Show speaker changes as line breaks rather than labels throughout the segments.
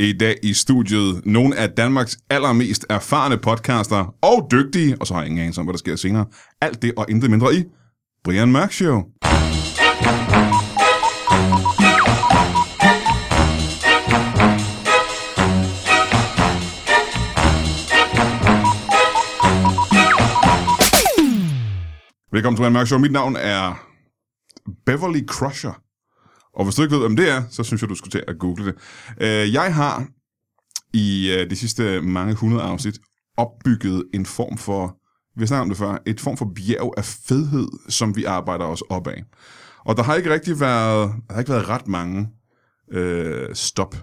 I dag i studiet nogle af Danmarks allermest erfarne podcaster og dygtige, og så har jeg ingen anelse om, hvad der sker senere. Alt det og intet mindre i Brian Mørk Show. Velkommen til Brian Mørk Show. Mit navn er Beverly Crusher. Og hvis du ikke ved, hvem det er, så synes jeg, du skulle til at google det. Øh, Jeg har i øh, de sidste mange hundrede afsnit opbygget en form for, vi har snakket om det før, et form for bjerg af fedhed, som vi arbejder os op af. Og der har ikke rigtig været, der har ikke været ret mange øh, stop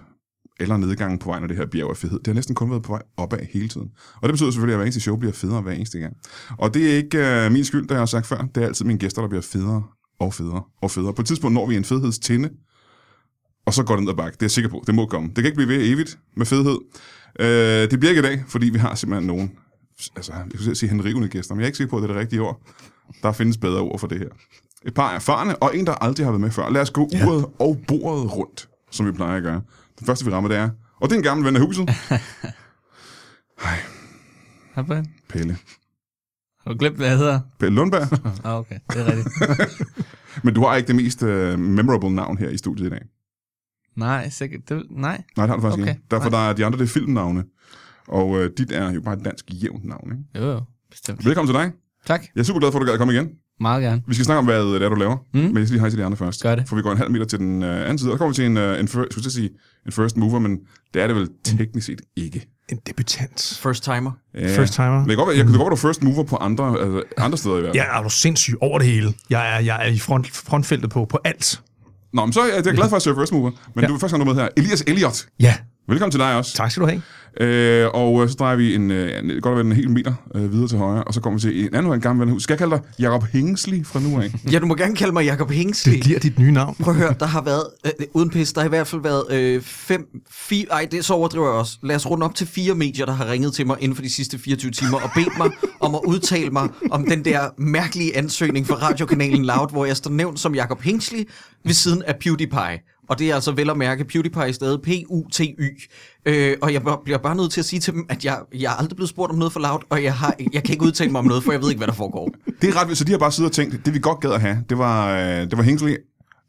eller nedgange på vej, når det her bjerg er fedhed. Det har næsten kun været på vej opad hele tiden. Og det betyder selvfølgelig, at hver eneste show bliver federe hver eneste gang. Og det er ikke øh, min skyld, der jeg har sagt før. Det er altid mine gæster, der bliver federe og federe og federe. På et tidspunkt når vi en fedhedstinde, og så går den der bakke. Det er jeg sikker på. Det må komme. Det kan ikke blive ved evigt med fedhed. Øh, det bliver ikke i dag, fordi vi har simpelthen nogen, altså jeg skulle til at sige henrivende gæster, men jeg er ikke sikker på, at det er det rigtige ord. Der findes bedre ord for det her. Et par erfarne, og en, der aldrig har været med før. Lad os gå ja. uret og bordet rundt, som vi plejer at gøre. Den første, vi rammer, det er, og det er en gammel ven af huset,
Hej, Brian.
Pelle.
Har du glemt, hvad jeg hedder?
Pelle Lundberg.
Ah, okay. Det er rigtigt.
Men du har ikke det mest uh, memorable navn her i studiet i dag.
nej, sikkert. Det, nej.
Nej, det har du faktisk okay.
Okay.
ikke. Derfor der er de andre, det er filmnavne. Og øh, dit er jo bare et dansk jævnt navn, ikke?
Jo, jo. Bestemt.
Velkommen til dig.
Tak.
Jeg er super glad for, at du gad at komme igen.
Meget gerne.
Vi skal snakke om, hvad det er, du laver. Mm.
Mm.
Men jeg skal lige hej til de andre først.
Gør det.
For vi går en halv meter til den øh, anden side. Og så kommer vi til en, øh, en, fir- skulle til at sige, en first mover, men det er det vel teknisk set ikke.
En debutant.
First timer.
Ja.
First timer.
Men det kan godt være, jeg kan godt være, du er first mover på andre, altså, andre steder i verden.
Jeg er jo sindssyg over det hele. Jeg er, jeg er i front, frontfeltet på, på alt.
Nå, men så er jeg- jeg er glad for, at jeg er first mover. Men ja.
Ja.
du vil først have noget med her. Elias Elliot.
Ja.
Velkommen til dig også.
Tak skal du have.
Øh, og øh, så drejer vi en, øh, en- godt og vel en hel meter øh, videre til højre, og så kommer vi til en anden en gammel venhus. Skal jeg kalde dig Jacob Hengsli fra nu af?
Ja, du må gerne kalde mig Jacob Hengsley.
Mm. Det bliver dit nye navn.
Prøv at høre, der har været, øh, uden pis, der har i hvert fald været øh, fem, fire, ej, det så overdriver jeg også. Lad os runde op til fire medier, der har ringet til mig inden for de sidste 24 timer og bedt mig om at udtale mig om den der mærkelige ansøgning fra radiokanalen Loud, hvor jeg står nævnt som Jacob Hengsley ved siden af PewDiePie. Og det er altså vel at mærke PewDiePie i stedet P-U-T-Y. Øh, og jeg b- bliver bare nødt til at sige til dem, at jeg, jeg er aldrig blevet spurgt om noget for Loud, og jeg, har, jeg kan ikke udtale mig om noget, for jeg ved ikke, hvad der foregår.
Det er ret vildt, så de har bare siddet og tænkt, det vi godt gad at have, det var, øh, det var Hengsli,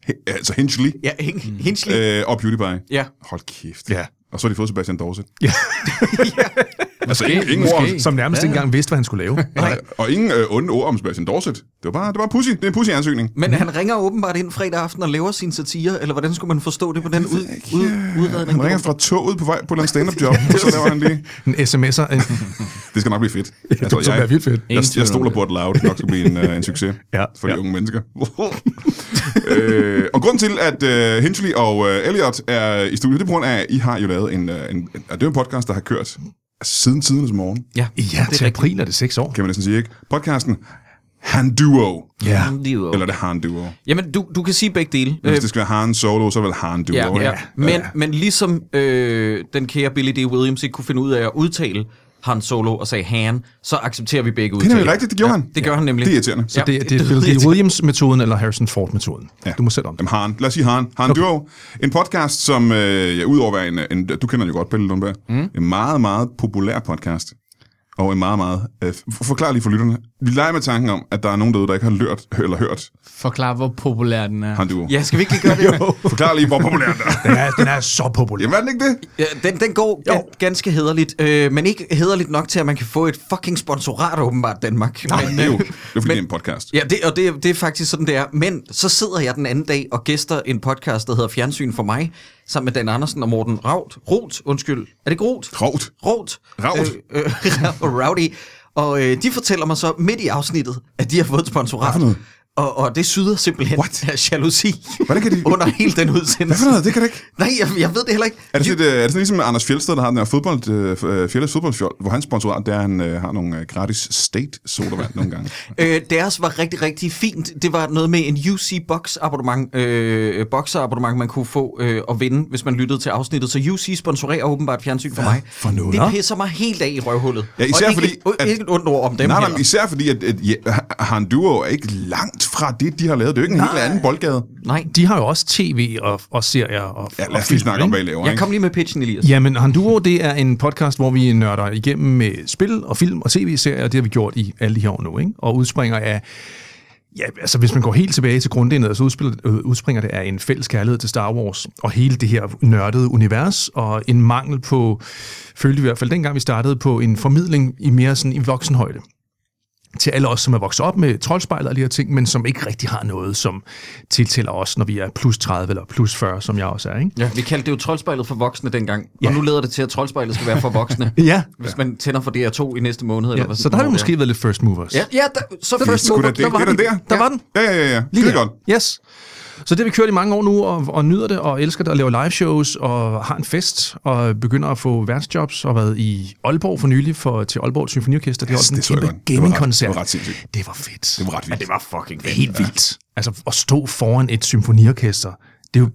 he, altså Hengsli
Ja, Heng- Hengsley.
øh, og PewDiePie.
Ja.
Hold kæft.
Ja.
Og så har de fået Sebastian Dorset.
Altså,
ingen- ingen ord,
Som nærmest ja. ikke engang vidste, hvad han skulle lave.
Nej.
Og ingen øh, onde ord om Sebastian Dorset. Det var bare, det var pussy. Det er en pussy ansøgning.
Men han ringer åbenbart ind fredag aften og laver sin satire, eller hvordan skulle man forstå det på den ud, ud, udredning?
Han ringer fra toget på vej på en eller anden stand-up job, og så laver han det.
En sms'er. En,
Det skal nok blive fedt. Altså,
det tror jeg er vildt fedt.
Jeg,
Ingen
jeg
tvivl om
stoler
det.
på, at Loud nok skal blive en, uh, en succes
Ja,
for de
ja.
unge mennesker. øh, og grund til, at uh, Hinchley og uh, Elliot er i studiet, det er på grund af, at I har jo lavet en, uh, en, en, og det er jo en podcast, der har kørt siden tidernes morgen,
Ja,
Ja, til april er det seks år.
kan man næsten sige, ikke? Podcasten Han Duo,
Ja.
eller det er Han Duo.
Jamen, du, du kan sige begge dele. Øh,
Hvis det skal være Han Solo, så er det vel Han Duo.
ja,
ikke?
ja. Men, men ligesom øh, den kære Billy D. Williams ikke kunne finde ud af at udtale Han Solo og sagde han, så accepterer vi begge
Det er
udtaler.
nemlig rigtigt, det gjorde han.
Det gør han nemlig.
Det er irriterende.
Så
Ja,
ja, det, det,
det- det-
det,
det-
det er Williams-metoden eller Harrison Ford-metoden. Ja. Du må selv om det.
Jamen, Haren. Lad os sige Haren. Haren okay. Duo. En podcast, som øh, ja, udover at være en, en... Du kender den jo godt, Pelle Lundberg. Mm. En meget, meget populær podcast. Og en meget, meget... Øh, f- forklar lige for lytterne. Vi leger med tanken om, at der er nogen derude, der ikke har lørt, eller hørt
Forklar, hvor populær den er.
Haren Duo.
Ja, skal vi ikke lige gøre det?
Forklar lige, hvor populær den er.
Den er, den er så populær.
Jamen, er den ikke det?
Ja, den, den går gan- ganske hederligt, øh, men ikke hederligt nok til, at man kan få et fucking sponsorat åbenbart Danmark. Nej, men,
Det er jo,
øh,
det er jo fordi, det er en podcast.
Ja, det, og det, det er faktisk sådan, det er. Men så sidder jeg den anden dag og gæster en podcast, der hedder Fjernsyn for mig, sammen med Dan Andersen og Morten Raut. Rot, undskyld. Er det ikke Rot?
Rovt.
Rot.
Raut.
Øh, øh, Rowdy. Og øh, de fortæller mig så midt i afsnittet, at de har fået et
Hvad for
sponsorat.
noget?
Og, og det syder simpelthen
What?
af jalousi
Hvordan kan de-
under hele den
Hvad for
udsendelse.
noget? Det kan det ikke.
Nej, jeg, jeg ved det heller ikke.
Er det, sådan, et, øh, er det sådan ligesom Anders Fjeldsted, der har den her fodbold, øh, Fjeldes fodboldfjold, hvor hans sponsorat, det er, at han øh, har nogle øh, gratis state sodavand nogle gange.
Øh, deres var rigtig, rigtig fint. Det var noget med en UC Box abonnement, øh, boxer abonnement, man kunne få øh, at vinde, hvis man lyttede til afsnittet. Så UC sponsorerer åbenbart fjernsyn for mig.
for noget?
Det pisser mig helt af i røvhullet.
Ja, især
og ikke,
fordi,
At...
at-
Ikke et ondt ord om dem
Nej,
heller.
men især fordi, at, at, at Han Duo er ikke langt fra det, de har lavet. Det er jo ikke en helt anden boldgade.
Nej,
De har jo også tv og, og serier og
Ja, lad
og
os lige
film,
snakke om,
ikke?
hvad I laver.
jeg
ikke?
kom lige med pitchen, Elias.
Jamen, Handuro, det er en podcast, hvor vi nørder igennem med spil og film og tv-serier, og det har vi gjort i alle de her år nu, ikke? Og udspringer af, ja, altså hvis man går helt tilbage til grundindet, så udspiller, øh, udspringer det af en fælles kærlighed til Star Wars og hele det her nørdede univers, og en mangel på, følte vi i hvert fald dengang vi startede, på en formidling i mere sådan i voksenhøjde til alle os, som er vokset op med troldspejlet og de her ting, men som ikke rigtig har noget, som tiltæller os, når vi er plus 30 eller plus 40, som jeg også er, ikke?
Ja. Vi kaldte det jo troldspejlet for voksne dengang, ja.
Ja.
og nu leder det til, at troldspejlet skal være for voksne.
Ja,
Hvis man tænder for DR2 i næste måned. Eller
Ja,
hvad
så der har vi
hvornår det
måske været lidt first movers.
er. Ja, ja der, så
Det er
først
sgu da
mover,
det. Det er da der.
Der var den.
Ja, ja, ja. ja.
Lige
Skide
der.
godt.
Yes. Så det har vi kørt i mange år nu, og, og nyder det, og elsker det, og laver live shows, og har en fest, og begynder at få værtsjobs, og har været i Aalborg for nylig for, til Aalborg Symfoniorkester. Det var
Yes,
sådan
det så jeg
en
godt.
kæmpe
Det var ret-
gaming-koncert.
det var ret sindssygt.
Det var fedt.
Det var ret vildt.
Ja, det var fucking fedt. Helt vildt. Altså at stå foran et symfoniorkester, det er jo,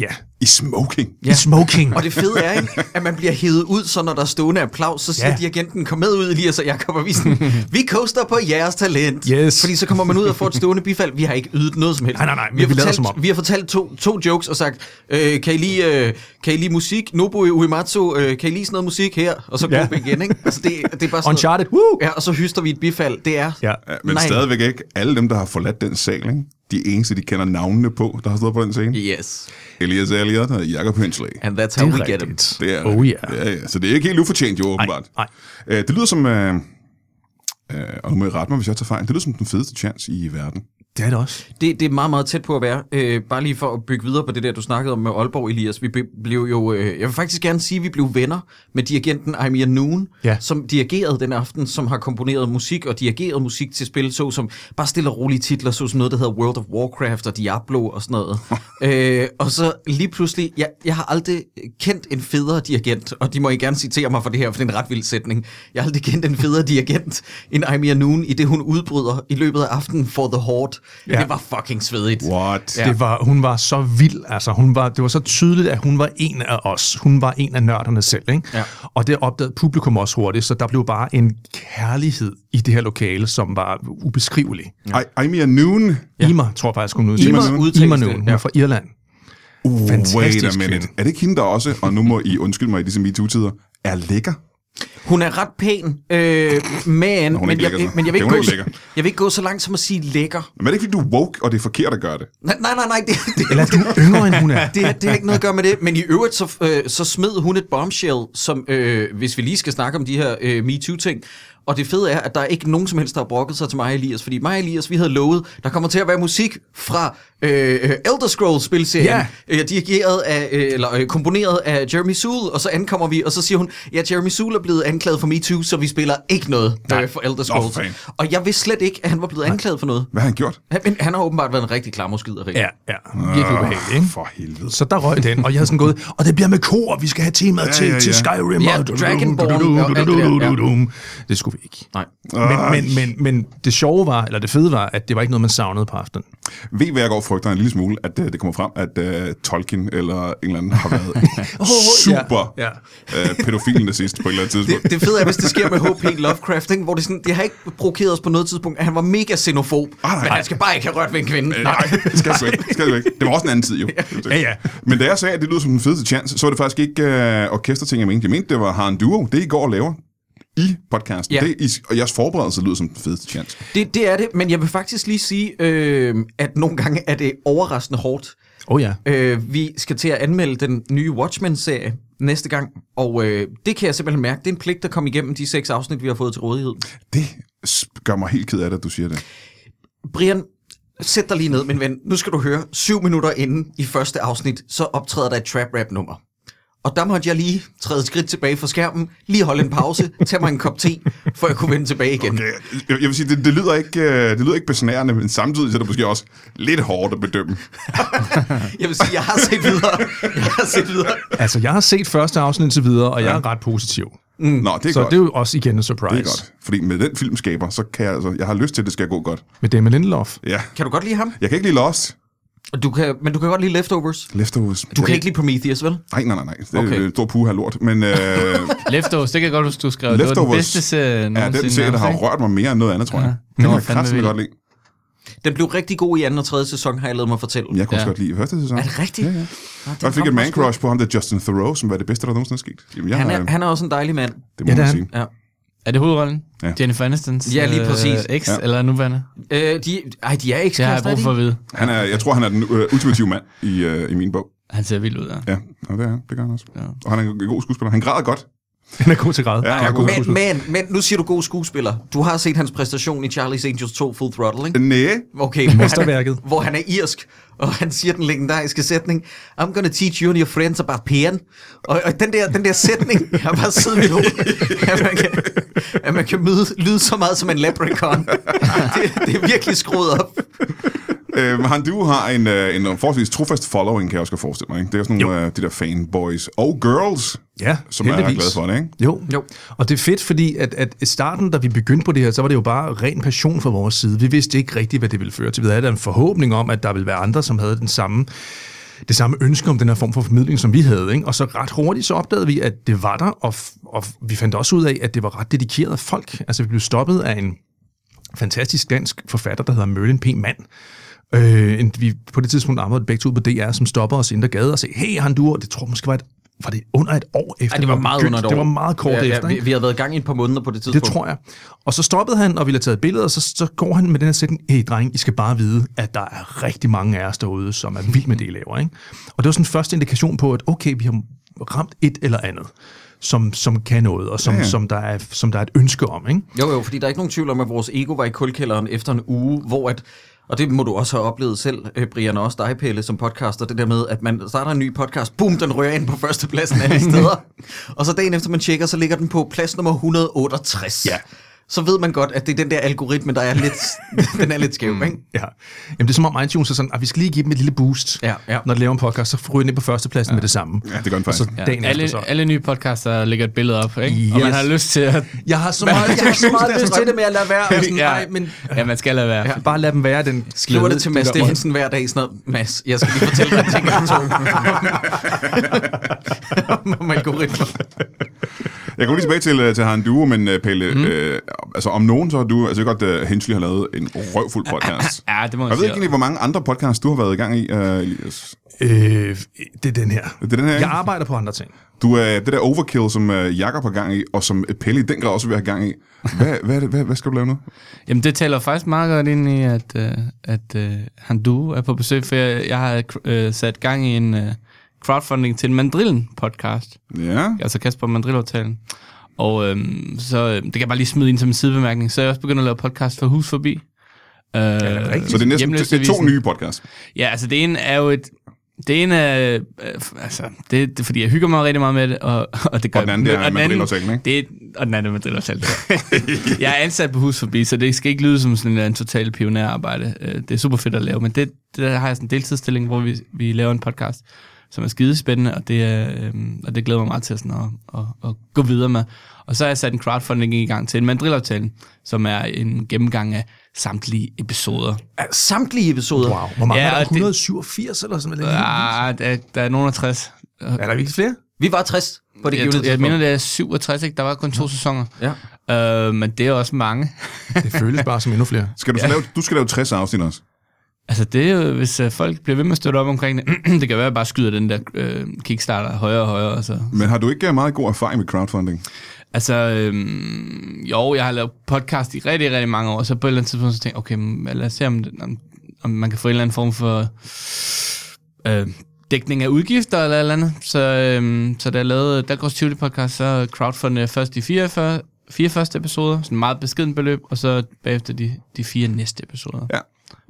ja,
I smoking.
ja. smoking.
Og det fede er, ikke, at man bliver hævet ud, så når der er stående applaus, så siger ja.
Ja.
dirigenten, kom med ud, Elias og Jacob, og vi er sådan, vi coaster på jeres talent.
Yes.
Fordi så kommer man ud og får et stående bifald. Vi har ikke ydet noget som helst.
Nej, nej, nej, men
vi har
vi lader
fortalt,
som om.
Vi har fortalt to, to jokes og sagt, øh, kan, I lige, øh, kan I lige musik? Nobu Uematsu, øh, kan I lige sådan noget musik her? Og så ja.
Ja.
gå igen, ikke? Altså, det, det er bare sådan noget-
Uncharted, woo!
Ja, og så hyster vi et bifald. Det er...
Ja.
Ja, men
Nej.
Nej. stadigvæk ikke. Alle dem, der har forladt den sal, ikke? de er eneste, de kender navnene på, der har stået på den scene.
Yes.
Elias Elliot og Jacob Hensley.
And that's
Det
how
er
we get it.
rigtigt.
Oh Det er,
Oh yeah.
ja, ja. Så det er ikke helt ufortjent jo, åbenbart.
nej.
Øh, det lyder som... Øh, øh, og nu må I rette mig, hvis jeg tager fejl. Det lyder som den fedeste chance i verden.
Det er det også.
Det, det er meget, meget tæt på at være. Øh, bare lige for at bygge videre på det der, du snakkede om med Aalborg, Elias. Vi be, blev jo, øh, jeg vil faktisk gerne sige, at vi blev venner med dirigenten Aimir Noon,
Ja.
som dirigerede den aften, som har komponeret musik og dirigeret musik til spil, så som bare stille og rolige titler, så som noget, der hedder World of Warcraft og Diablo og sådan noget. øh, og så lige pludselig, jeg, jeg har aldrig kendt en federe dirigent, og de må I gerne citere mig for det her, for det er en ret vild sætning. Jeg har aldrig kendt en federe dirigent end Aimir Noon, i det hun udbryder i løbet af aftenen for The Horde. Ja.
Ja.
Det var fucking svedigt.
What?
Ja.
Ja. Det var, hun var så vild, altså. Hun var, det var så tydeligt, at hun var en af os. Hun var en af nørderne selv, ikke?
Ja.
Og det opdagede publikum også hurtigt, så der blev bare en kærlighed i det her lokale, som var ubeskrivelig.
Ja. Amy Noon.
Ja. Ima, tror jeg faktisk, hun udtalte.
Ima
sig.
Noon.
Ima
Udtales
Noon.
det,
Hun
ja.
er fra Irland.
Uh,
Fantastisk
wait a minute.
kvinde.
Er det ikke hende, der også, og nu må I undskylde mig i disse MeToo-tider, er lækker?
Hun er ret pæn, øh, men,
hun er
men,
ikke
jeg,
lækker, så.
men
Det
jeg, vil
er
ikke
hun
gå,
ikke
så-
lækker.
jeg vil ikke gå så langt som at sige lækker.
Men er det ikke, fordi du er woke, og det er forkert at gøre det?
Nej, nej, nej, nej det, det,
Eller du er yngre, end hun er.
det, har- det har ikke noget at gøre med det. Men i øvrigt, så, øh, så smed hun et bombshell, som, øh, hvis vi lige skal snakke om de her øh, MeToo-ting. Og det fede er, at der er ikke nogen som helst, der har brokket sig til mig og Elias. Fordi mig og Elias, vi havde lovet, der kommer til at være musik fra øh, øh, Elder Scrolls-spilserien.
Ja.
Øh, dirigeret af, øh, eller øh, komponeret af Jeremy Soule. Og så ankommer vi, og så siger hun, ja, Jeremy Soule er blevet anklaget for MeToo, så vi spiller ikke noget øh, for Elder Scrolls.
fan.
og jeg vidste slet ikke, at han var blevet anklaget for noget.
Hvad har han gjort?
Han- Men han har åbenbart været en rigtig klammerskider, ikke?
Ja, ja. Virkelig ubehageligt, ikke?
For helvede.
Så der røg den, og jeg havde sådan gået, og det bliver med kor, og vi skal have temaet
Ja,
til,
ja, ja.
til Skyrim.
Ja,
og
Dragonborn og alt det der, ja.
Det skulle vi ikke.
Nej.
Ah,
Men, men, men, men det sjove var, eller det fede var, at det var ikke noget, man savnede på aftenen.
Ved I, hvad jeg går og frygter en lille smule, at øh, det kommer frem, at uh, Tolkien eller en eller anden har været super
Ja,
ja,
ja.
ja. Uh, pædofilen det sidste på et eller andet tidspunkt.
Det, det fede er, hvis det sker med H.P. Lovecraft, ikke? hvor det, sådan, det har ikke provokeret os på noget tidspunkt, at han var mega xenofob,
Ah, nej.
men han skal bare ikke have rørt ved en kvinde.
Øh, Nej, det skal du ikke. Det Skal du ikke. Det var også en anden tid, jo.
Ja, ja.
Men da jeg sagde, at det lyder som den fedeste chance, så var det faktisk ikke øh, orkesterting, jeg mente. Jeg mente, det var Harn Duo, det I går og laver i podcasten.
Ja.
Ja. Det, I, og jeres forberedelse lyder som den fedeste chance.
Det, det er det, men jeg vil faktisk lige sige, øh, at nogle gange er det overraskende hårdt.
Oh ja.
Øh, vi skal til at anmelde den nye Watchmen-serie næste gang, og øh, det kan jeg simpelthen mærke. Det er en pligt, der kom igennem de seks afsnit, vi har fået til rådighed.
Det sp- gør mig helt ked af det, at du siger det.
Brian, sæt dig lige ned, min ven. Nu skal du høre, syv minutter inden i første afsnit, så optræder der et trap rap nummer. Og der måtte jeg lige træde et skridt tilbage fra skærmen, lige holde en pause, tage mig en kop te, for jeg kunne vende tilbage igen.
Okay, Jeg, jeg vil sige, det, det, lyder ikke, øh, det lyder ikke besnærende, men samtidig så er det måske også lidt hårdt at bedømme.
Jeg vil sige, jeg har set videre. Jeg har set videre.
Altså, jeg har set første afsnit indtil videre, og jeg er ret positiv.
Mm. Nå, det er
Så
godt.
det er jo også igen en surprise.
Det er godt. Fordi med den filmskaber, så kan jeg, altså, jeg har lyst til, at det skal gå godt.
Med Damon Lindelof.
Ja.
Kan du godt lide ham?
Jeg kan ikke lide Lost.
Og Du kan, men du kan godt lide Leftovers.
Leftovers.
Du kan ikke lide Prometheus, vel?
Nej, nej, nej, nej. Det er
Okay.
okay. en stor puha lort. Men øh,
Leftovers, det kan jeg godt huske, du skrev. Det var den
Leftovers
bedste serie
ja,
nogensinde.
den serie, der har
nærmest, ikke?
rørt mig mere end noget andet, tror jeg.
Ja.
Ja. Det
Nå,
kan jeg
fandme
kraftigt
vildt.
godt lide.
Den blev rigtig god i anden og tredje sæson, har jeg lavet mig fortælle.
Jeg kunne ja.
Ja.
godt lide i første sæson.
Er det rigtigt?
Ja, ja.
Nå,
Og jeg fik
kom
et
også
man-crush på ham, der Justin Thoreau, som var det bedste, der nogensinde er sket. Jamen, jeg,
godt. Han er,
han,
han er også en dejlig mand.
det må
Ja,
ja,
det
man
er
sige.
Ja.
Er det hovedrollen?
Ja.
Jennifer Anistons?
Ja, lige præcis.
Øh, ex
Ja.
ja. eller nuværende?
Øh, de, ej, de er ikke
Det har jeg brug for at vide.
Han er, jeg tror, han er den øh, ultimative mand i, øh, i min bog.
Han ser vild ud, ja.
Ja, og det er han. Det gør han også.
Ja.
Og han er en god skuespiller. Han græder godt.
Den er god til grad.
Ja, han er god skuespiller.
Men, men, men, nu siger du god skuespiller. Du har set hans præstation i Charlie's Angels 2 Full Throttle, ikke?
Næh.
Okay, hvor han,
Mesterværket.
er, hvor han er irsk, og han siger den legendariske sætning, I'm gonna teach you and your friends about pain. Og, og den, der, den der sætning, jeg har bare siddet i mit hoved, at man kan, at man kan lyde, lyde så meget som en leprechaun. Det, det er virkelig skruet op.
Øh, men han du har en, øh, en forholdsvis trofast following, kan jeg også godt forestille mig. Ikke? Det er jo sådan nogle af de der fanboys og girls,
Ja,
som er ret
heldigvis.
glade for det. Ikke?
Jo.
Jo.
jo, og det er fedt, fordi at, at i starten, da vi begyndte på det her, så var det jo bare ren passion fra vores side. Vi vidste ikke rigtigt, hvad det ville føre til. Vi havde da en forhåbning om, at der ville være andre, som havde den samme det samme ønske om den her form for formidling, som vi havde. Ikke? Og så ret hurtigt, så opdagede vi, at det var der, og, f- og f- vi fandt også ud af, at det var ret dedikerede folk. Altså, vi blev stoppet af en fantastisk dansk forfatter, der hedder Merlin P. Mann. Øh, en, vi på det tidspunkt arbejdede begge to ude på DR, som stopper os ind ad gade og siger, hey, han du, det tror jeg måske var, et, var det under et år efter.
Ej, det var
vi
meget
begyndte.
under et år.
Det var meget kort
ja,
efter.
Ja,
ikke?
vi, vi havde været i gang i et par måneder på det tidspunkt.
Det tror jeg. Og så stoppede han, og ville have taget billeder, og så, så går han med den her sætning, hey dreng, I skal bare vide, at der er rigtig mange af os derude, som er vild med det, I laver. Ikke? Og det var sådan en første indikation på, at okay, vi har ramt et eller andet, som, som kan noget, og som,
Ja,
ja.
ja.
som, der er, som der er et ønske om. Ikke?
Jo, jo, fordi der er ikke nogen tvivl om, at vores ego var i kulkælderen efter en uge, hvor at, og det må du også have oplevet selv, øh, Brian, og også dig, Pelle, som podcaster, det der med, at man starter en ny podcast, bum, den rører ind på førstepladsen alle steder, og så dagen efter man tjekker, så ligger den på plads nummer 168.
Ja.
Så ved man godt, at det er den der algoritme, der er lidt, den er lidt skæv, ikke?
Ja. Jamen, det er som om iTunes er sådan, at vi skal lige give dem et lille boost,
Ja, ja.
når de laver en podcast, så ryger den ind på førstepladsen ja. med det samme.
Ja, det gør den
Og så
faktisk.
Ja.
dagen ja.
alle,
efter så.
alle nye podcaster lægger et billede op, ikke? Yes. Og man
Yes.
har lyst til at...
Jeg har så meget, jeg har så meget lyst til det, men jeg lader være. Og sådan, nej, men
ja, man skal lade være. Ja.
bare lad dem være den
Skriver det til Mads
der-
Steffensen hver dag, sådan noget, Mads, jeg skal lige fortælle dig en ting om to. om algoritmer.
Jeg går lige tilbage til, øh, til Han Duo, men øh, Pelle, mm. øh, altså om nogen, så har du, altså jeg ved godt, uh, Hensley har lavet en røvfuld podcast.
Ja, det må man
Jeg ved ikke
sige.
egentlig, hvor mange andre podcasts, du har været i gang i, uh, Elias.
Øh, det er den her.
Det er den her,
Jeg
ikke?
arbejder på andre ting.
Du er det der overkill, som uh, Jakob har gang i, og som øh, Pelle i den grad også vil have gang i. Hvad, hvad, er det- hvad, hvad skal du lave nu?
Jamen, det taler faktisk meget godt ind i, at, øh, at øh, han du er på besøg, for jeg, jeg har øh, sat gang i en øh, crowdfunding til en Mandrillen-podcast.
Ja,
altså Kasper Mandrillertalen. Og øhm, så øh, det kan jeg bare lige smide ind som en sidebemærkning. Så er jeg også begyndt at lave podcast for Hus Forbi. Øh, ja,
rigtigt.
så det er næsten det er to nye podcasts.
Ja, altså det ene er jo et... Det ene er... Øh, altså, det, det, er, fordi jeg hygger mig rigtig meget med det, og, og det gør...
Og den anden, det er Mandrillertalen, ikke?
Det er, og den anden er Mandrillertalen. jeg er ansat på Hus Forbi, så det skal ikke lyde som sådan en, en total pionerarbejde. Øh, Det er super fedt at lave, men det, det der har jeg sådan en deltidsstilling, hvor vi, vi laver en podcast, som er skidespændende, og det, er, øh, og det glæder mig meget til sådan at, at, at, gå videre med. Og så har jeg sat en crowdfunding i gang til en mandrillaftalen, som er en gennemgang af samtlige episoder.
Samtlige episoder.
Wow, hvor mange
Ja,
ja, er der?
og det-
187 det... eller sådan noget? Ja.
Ah, der, der er nogen af 60.
Er der virkelig flere?
Vi var 60 på det
Jeg,
givende
tror- jeg
tidspunkt.
mener, det er 67, ikke? Der var kun to sæsoner.
Ja.
Øh, men det er også mange.
Det føles bare som endnu flere.
Skal du, så lave, du skal lave 60 afsnit også.
Altså, det er jo, hvis øh, folk bliver ved med at støtte op omkring det, det kan være, at jeg bare skyder den der øh, kickstarter højere og højere. Og så.
Men har du ikke øh, meget god erfaring med crowdfunding?
Altså, øh, jo, jeg har lavet podcast i rigtig, rigtig mange år, så på et eller andet tidspunkt, så tænkte jeg, okay, men lad os se, om, det- om, om man kan få en eller anden form for øh, dækning af udgifter eller et eller andet. Så, øh, så da jeg lavede Dalgårds Tivoli podcast, så crowdfundede jeg først de 44, fire første episoder, sådan meget beskeden beløb, og så bagefter de, de fire næste episoder.
Ja.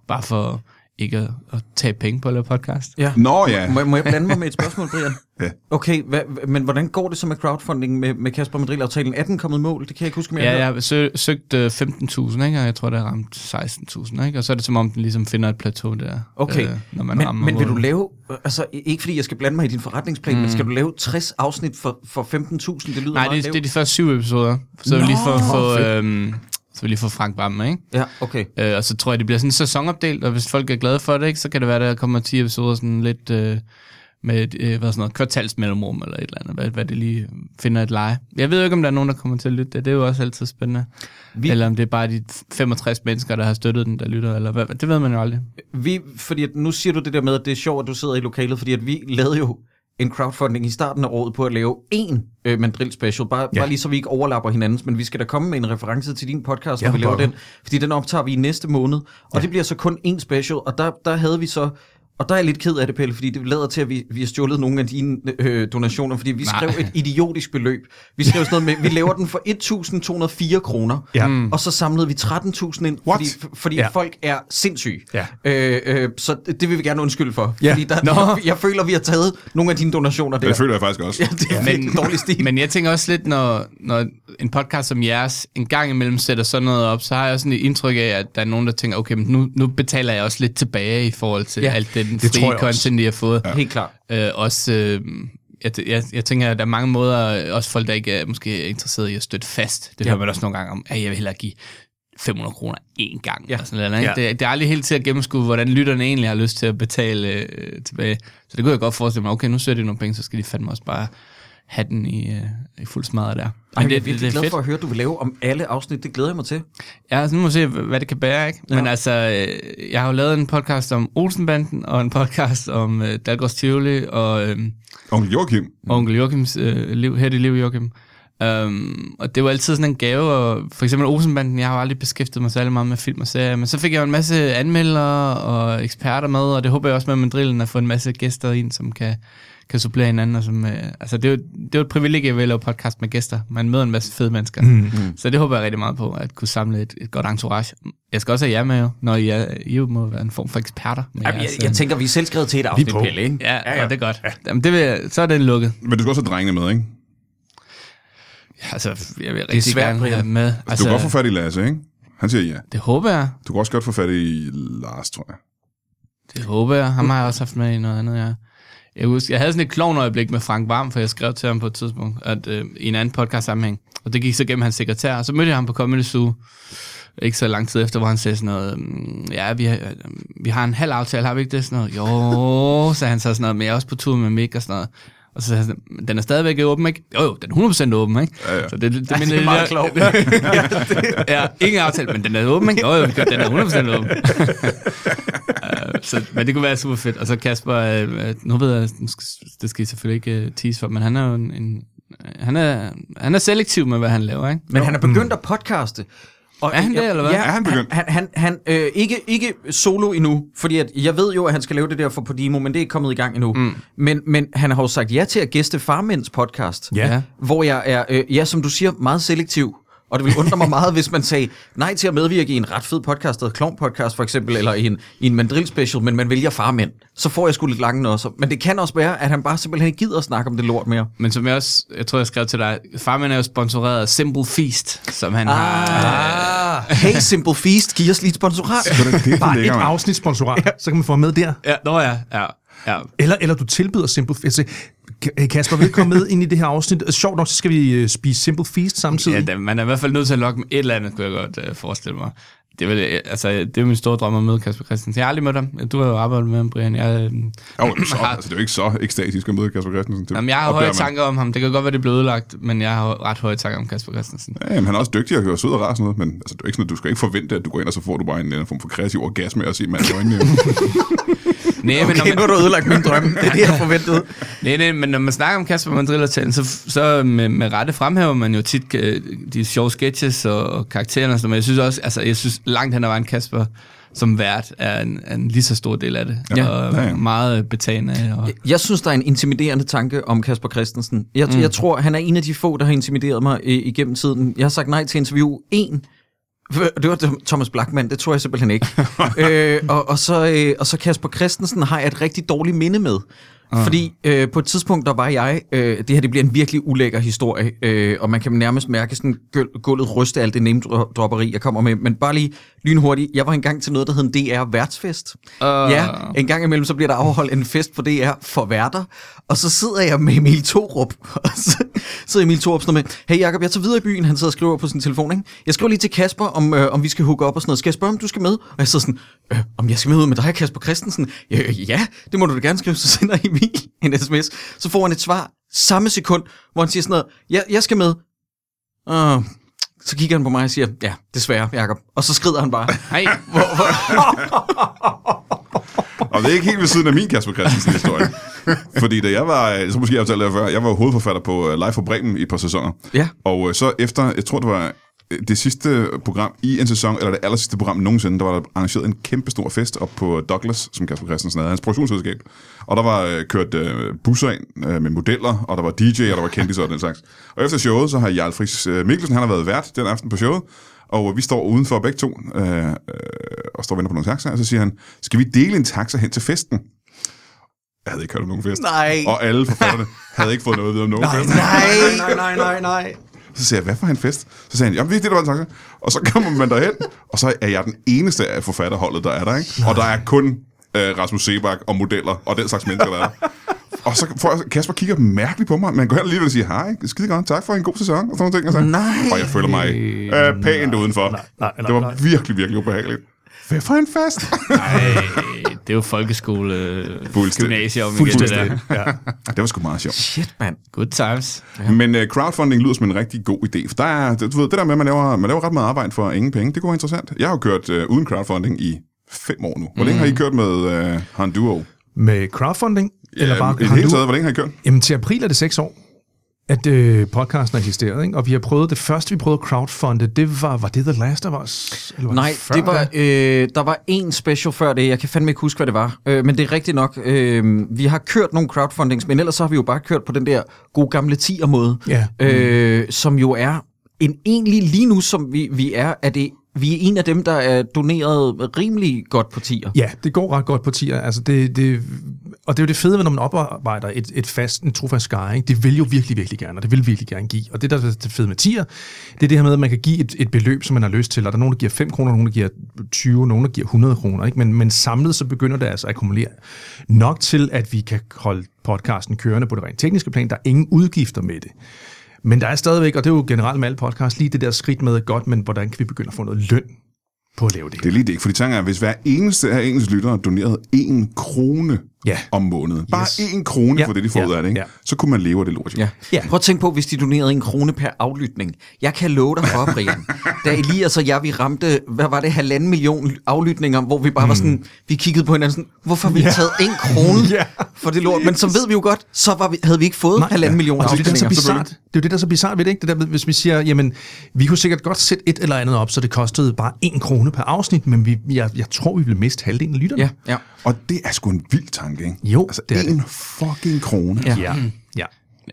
Bare for ikke at, at tage penge på at lave podcast.
Ja.
Nå ja.
Må, jeg- må jeg blande mig med et spørgsmål, Brian?
Ja.
Okay, hva, men hvordan går det så med crowdfunding med, med Kasper Madrid-aftalen? Er den kommet i mål? Det kan jeg ikke huske mere.
Ja, jeg har sø- søgt øh, 15.000, ikke? og jeg tror, det har ramt 16.000. Ikke? Og så er det som om, den ligesom finder et plateau der,
Okay,
øh, når man
men,
rammer
men vil du
målet.
lave, altså ikke fordi jeg skal blande mig i din forretningsplan, mm. men skal du lave 60 afsnit for, for 15.000? Det lyder
Nej,
meget
det, det er
lavt.
de første syv episoder. Så vil vi lige få, få, øhm, så vil vi lige få Frank Bam med, ikke?
Ja, okay.
Øh, og så tror jeg, det bliver sådan sæsonopdelt, og hvis folk er glade for det, ikke, så kan det være, der kommer 10 episoder sådan lidt øh, med et, øh, hvad sådan noget, kvartalsmellemrum eller et eller andet, hvad, hvad det lige finder et leje. Jeg ved jo ikke, om der er nogen, der kommer til at lytte det. Det er jo også altid spændende.
Vi-
Vi... Eller om det er bare de 65 mennesker, der har støttet den, der lytter. Eller hvad. Det ved man jo aldrig.
Vi, fordi at nu siger du det der med, at det er sjovt, at du sidder i lokalet, fordi at vi lavede jo en crowdfunding i starten af året på at lave én øh, mandrill special. Bare, ja.
Ja.
bare lige så vi ikke overlapper hinandens, men vi skal da komme med en reference til din podcast, når
Ja,
vi laver
bare-
den. Fordi den optager vi i næste måned, og ja. det bliver så kun én special, og der, der havde vi så... Og der er jeg lidt ked af det, Pelle, fordi det lader til, at vi, vi har stjålet nogle af dine øh, donationer, fordi vi
Nej.
skrev et idiotisk beløb. Vi skrev sådan noget med, vi laver den for 1.204 kroner,
Ja.
og så samlede vi 13.000 ind,
What?
fordi, fordi
Ja.
folk er sindssyge.
Ja.
Øh, øh, så det, det vil vi gerne undskylde for.
Ja.
Fordi der,
Nå.
jeg, jeg føler, vi har taget nogle af dine donationer der.
Det føler jeg faktisk også.
ja, det er men, en dårlig stil.
Men jeg tænker også lidt, når, når en podcast som jeres en gang imellem sætter sådan noget op, så har jeg også sådan et indtryk af, at der er nogen, der tænker, okay, men nu, nu betaler jeg også lidt tilbage i forhold til
Ja,
ja, alt den
det tror
frie
jeg også.
content, I har fået.
Helt klart.
Øh, også, øh, jeg, t- jeg, jeg tænker, at der er mange måder, øh, også folk, der ikke er måske er interesseret i at støtte fast. Det ja. hører man også nogle gange om, at jeg vil hellere give 500 kroner én gang. Ja. Og sådan noget, ikke?
Ja.
Ja. Det, det er aldrig helt til at gennemskue, hvordan lytterne egentlig har lyst til at betale øh, tilbage. Så det kunne jeg godt forestille mig, okay, nu søger de nogle penge, så skal de fandme også bare have den i, øh, i fuld smadret der.
Ej,
Men
jeg er virkelig glad for at høre, du vil lave om alle afsnit. Det glæder jeg mig til.
Ja, så nu må vi se, hvad det kan bære, ikke? Men altså, øh, jeg har jo lavet en podcast om Olsenbanden, og en podcast om øh, Dalgårds Tivoli, og... Øh,
Onkel Joachim,
Mm. og onkel Joachims øh, liv, her er det liv Joachim. Um, og det var altid sådan en gave, og for eksempel Olsenbanden, jeg har jo aldrig beskæftiget mig særlig meget med film og serier, men så fik jeg jo en masse anmeldere og eksperter med, og det håber jeg også med mandrillen at få en masse gæster ind, som kan, kan supplere hinanden. Og som, øh, altså det er, jo, det er jo et privilegie ved at lave podcast med gæster. Man møder en masse fede mennesker. Mm. Så det håber jeg rigtig meget på, at kunne samle et, et godt entourage. Jeg skal også have jer med jo, når I, er, I jo må være en form for eksperter. Med
Jamen, jeg,
jeres,
jeg
øh,
tænker, vi er selv skrevet til et afsnit,
på.
Pelle, ikke?
Ja, ja, ja, det er godt. Ja. Jamen, det vil, jeg- så er den lukket.
men du skal også have drengene med, ikke?
Altså, jeg vil rigtig
svært,
svært, gerne
Brian.
have med.
Du
Altså,
kan godt få fat i Lasse, ikke? Han siger ja.
det håber jeg.
Du kan også godt få fat i Lars, tror jeg.
Det håber jeg. Ham har jeg også haft med i noget andet, ja. Jeg, husker, jeg havde sådan et klovnøjeblik med Frank Varm, for jeg skrev til ham på et tidspunkt, at, øh, i en anden podcast sammenhæng. Og det gik så gennem hans sekretær, og så mødte jeg ham på Comedy Zoo, ikke så lang tid efter, hvor han sagde sådan noget, "Mm, ja, vi har, øh, vi har en halv aftale, har vi ikke det? Sådan noget, jo, sagde han så sådan noget, men jeg er også på tur med Mick og sådan noget. Og så sagde han sådan, "Men den er stadigvæk åben, ikke? Jo, jo, den er 100% åben, ikke?
Ja, ja.
Så det, det, det, minder
Altså, det er
lidt-
meget klogt.
ja, ingen aftale, men den er åben, ikke? Jo, jo, den er 100% åben. Øh, så, men det kunne være super fedt. Og så Kasper, øh, øh, nu ved jeg, nu skal- det skal I selvfølgelig ikke øh, tease for, men han er jo en, en han er, han er selektiv med, hvad han laver, ikke?
Men han er begyndt at podcaste. Og
Er han det,
jeg-
eller hvad?
Ja,
Er han begyndt?
Han, han, han øh, ikke, ikke solo endnu, fordi at, jeg ved jo, at han skal lave det der for Podimo, men det er ikke kommet i gang endnu. Mm. Men, men han har jo sagt ja til at gæste Farmænds podcast.
Ja.
Ja.
hvor jeg er, øh, ja, som du siger, meget selektiv. Og det ville undre mig meget, hvis man sagde nej til at medvirke i en ret fed podcast, der hedder Klovn Podcast for eksempel, eller i en, i en mandril special, men man vælger farmænd. Så får jeg sgu lidt lange også. Men det kan også være, at han bare simpelthen ikke gider at snakke om det lort mere.
Men som jeg også, jeg tror, jeg skrev til dig, farmen er jo sponsoreret af Simple Feast, som han ah. har... øh,
Ah. Hey Simple Feast, giv os lige et sponsorat.
Det er
Bare et
lækker, mand.
afsnit sponsorat, så kan man få ham med der.
Ja, nå ja, ja, ja.
Eller, eller du tilbyder Simple Feast. Altså, Ka- Kasper, vil du komme med ind i det her afsnit? Sjovt nok, så skal vi øh, spise Simple Feast samtidig.
ja da, man er i hvert fald nødt til at lokke med et eller andet, kunne jeg godt øh, forestille mig. Det er, vel, øh, altså, det er min store drøm at møde Kasper Christensen. Jeg har aldrig mødt ham. Du har jo arbejdet med ham, Brian. Jeg, øh,
Jo, men så, altså, det er jo ikke så ekstatisk at møde Kasper Christensen. Det
Jamen, jeg har
opdager
høje
man.
tanker om ham. Det kan godt være, det blev ødelagt, men jeg har ret høje tanker om Kasper Christensen.
Ja, jamen, han er også dygtig at høre sød og rar og sådan noget, men altså, det er jo ikke sådan, at du skal ikke forvente, at du går ind, og så får du bare en eller anden form for kreativ orgasme af at se manden i øjnene.
Nej, okay, men,
Okay,
når
nu
man,
har du ødelagt min drømme. Det er det, jeg forventede.
nej, nej, men når man snakker om Kasper Mandrillertalen, så, så med, med rette fremhæver man jo tit øh, de sjove sketches og, og karaktererne. Og sådan, noget, men jeg synes også, altså, jeg synes langt hen ad vejen Kasper som vært er en, er en lige så stor del af det.
Ja.
Og
Ja, ja.
meget betagende. Og,
Jeg synes, der er en intimiderende tanke om Kasper Christensen. Jeg, mm. jeg tror, han er en af de få, der har intimideret mig øh, igennem tiden. Jeg har sagt nej til interview en. Det var Thomas Blackman, det tror jeg simpelthen ikke. øh, og, og, så, øh, og så Kasper Christensen har jeg et rigtig dårligt minde med. Fordi øh, på et tidspunkt, der var jeg, øh, det her det bliver en virkelig ulækker historie, øh, og man kan nærmest mærke sådan gul- gulvet ryste af alt det name-dropperi, jeg kommer med. Men bare lige lynhurtigt, jeg var engang til noget, der hed en DR værtsfest. Uh. Ja, en gang imellem, så bliver der afholdt en fest på DR for værter, og så sidder jeg med Emil Torup, og så, sidder Emil Thorup sådan noget med, hey Jacob, jeg tager videre i byen. Han sidder og skriver på sin telefon, ikke? Jeg skriver lige til Kasper, om, øh, om vi skal hooke op og sådan noget. Skal jeg spørge, om du skal med? Og jeg sidder sådan, øh, om jeg skal med ud med dig, Kasper Christensen? Øh, ja, det må du da gerne skrive. Så sender Emil en sms. Så får han et svar samme sekund, hvor han siger sådan noget, ja, jeg skal med. Øh, så kigger han på mig og siger, ja, desværre, Jacob. Og så skrider han bare.
Nej,
Og det er ikke helt ved siden af min Kasper Christensen historie. Fordi da jeg var, øh, så måske jeg har fortalt det før, jeg var hovedforfatter på øh, Live for Bremen i et par sæsoner.
Ja.
Og øh, så efter, jeg tror det var øh, det sidste program i en sæson, eller det aller sidste program nogensinde, der var der arrangeret en kæmpe stor fest op på Douglas, som Kasper Christensen havde, hans produktionsselskab. Og der var øh, kørt øh, busser ind øh, med modeller, og der var DJ, og der var kendtiser og den slags. Og efter showet, så har Jarl Friis øh, Mikkelsen, han har været vært den aften på showet, og vi står udenfor begge to, øh, øh, og står og venter på nogle taxaer, og så siger han, skal vi dele en taxa hen til festen? Jeg havde ikke hørt om nogen fest.
Nej.
Og alle forfatterne havde ikke fået noget at vide om nogen fest.
Nej,
nej, nej, nej, nej.
Så siger jeg, hvad for en fest? Så sagde han, jamen vi det, der var en taxa. Og så kommer man derhen, og så er jeg den eneste af forfatterholdet, der er der, ikke? Og der er kun øh, Rasmus Sebak og modeller og den slags mennesker, der er der. Og så får jeg, Kasper kigger mærkeligt på mig, men han går hen alligevel og siger, hej, skide godt, tak for en god sæson, og sådan nogle ting. Og, sådan.
Nej.
og jeg føler mig øh, pænt udenfor. Nej,
nej, nej,
det var
nej.
virkelig, virkelig ubehageligt. Hvad for en fest?
nej, Øh, det er jo folkeskole, øh,
Fuldstændig.
gymnasium.
Fuldstændig.
Fuldstændig. Det der.
Ja.
det var sgu meget sjovt.
Shit, mand.
Good times.
Men uh, crowdfunding lyder som en rigtig god idé, for der er, du ved, det der med, at man laver, man laver ret meget arbejde for ingen penge, det kunne være interessant. Jeg har jo kørt uh, uden crowdfunding i fem år nu. Hvor
Mhm.
længe har I kørt med uh, Honduo?
Med crowdfunding? Eller bare
I det
har
hele
du-
taget, hvor længe har I kørt?
Jamen til april er det seks år, at øh, podcasten har eksisteret, ikke? og vi har prøvet, det første vi prøvede at crowdfunde, det var, var det The Last of Us? Eller
Nej,
før
det var,
da?
øh, der var en special før det. Jeg kan fandme ikke huske, hvad det var. Øh, men det er rigtigt nok. Øh, vi har kørt nogle crowdfundings, men ellers så har vi jo bare kørt på den der gode gamle tier måde.
Ja.
Øh, som jo er en egentlig lige nu, som vi, vi er, er det, vi er en af dem, der er doneret rimelig godt på tier.
Ja, det går ret godt på tier. Altså det, det, og det er jo det fede, ved, når man oparbejder et, et fast, en trofast skare. Ikke? Det vil jo virkelig, virkelig gerne, og det vil virkelig gerne give. Og det, der er det fede med tier, det er det her med, at man kan give et, et beløb, som man har lyst til. Og der er nogen, der giver 5 kroner, nogen, der giver 20, nogen, der giver 100 kroner. Ikke? Men, men samlet så begynder det altså at akkumulere nok til, at vi kan holde podcasten kørende på det rent tekniske plan. Der er ingen udgifter med det. Men der er stadigvæk, og det er jo generelt med alle podcasts, lige det der skridt med, godt, men hvordan kan vi begynde at få noget løn på at lave det?
Det er lige det, ikke? fordi tanken er, hvis hver eneste af engelske lyttere donerede en krone
Ja.
om måneden, bare
Yes.
en krone
Ja,
for det, de får
ja,
ud af det, ikke?
ja.
så kunne man leve af det lort. jo.
Ja.
Ja.
ja. Prøv at tænke på, hvis de donerede en krone per aflytning. Jeg kan love dig for, Brian, da Elias og jeg, vi ramte, hvad var det, halvanden million aflytninger, hvor vi
Mm.
bare var sådan, vi kiggede på hinanden sådan, hvorfor har vi yeah. taget en krone
Ja.
yeah. for det lort? Men så ved vi jo godt, så var vi, havde vi ikke fået
Nej,
Nej, halvanden
ja.
million
Og det er jo det, der er så
aflytninger.
bizart. Det er jo det, der er så bizart ved det, ikke? Det der, med, hvis vi siger, jamen, vi kunne sikkert godt sætte et eller andet op, så det kostede bare en krone per afsnit, men vi, jeg, jeg tror, vi ville miste halvdelen af lytterne.
Ja, ja.
Og det er sgu en vild tanke, ikke?
Jo,
altså,
det er
en fucking krone.
Ja.
Ja. Mm. ja.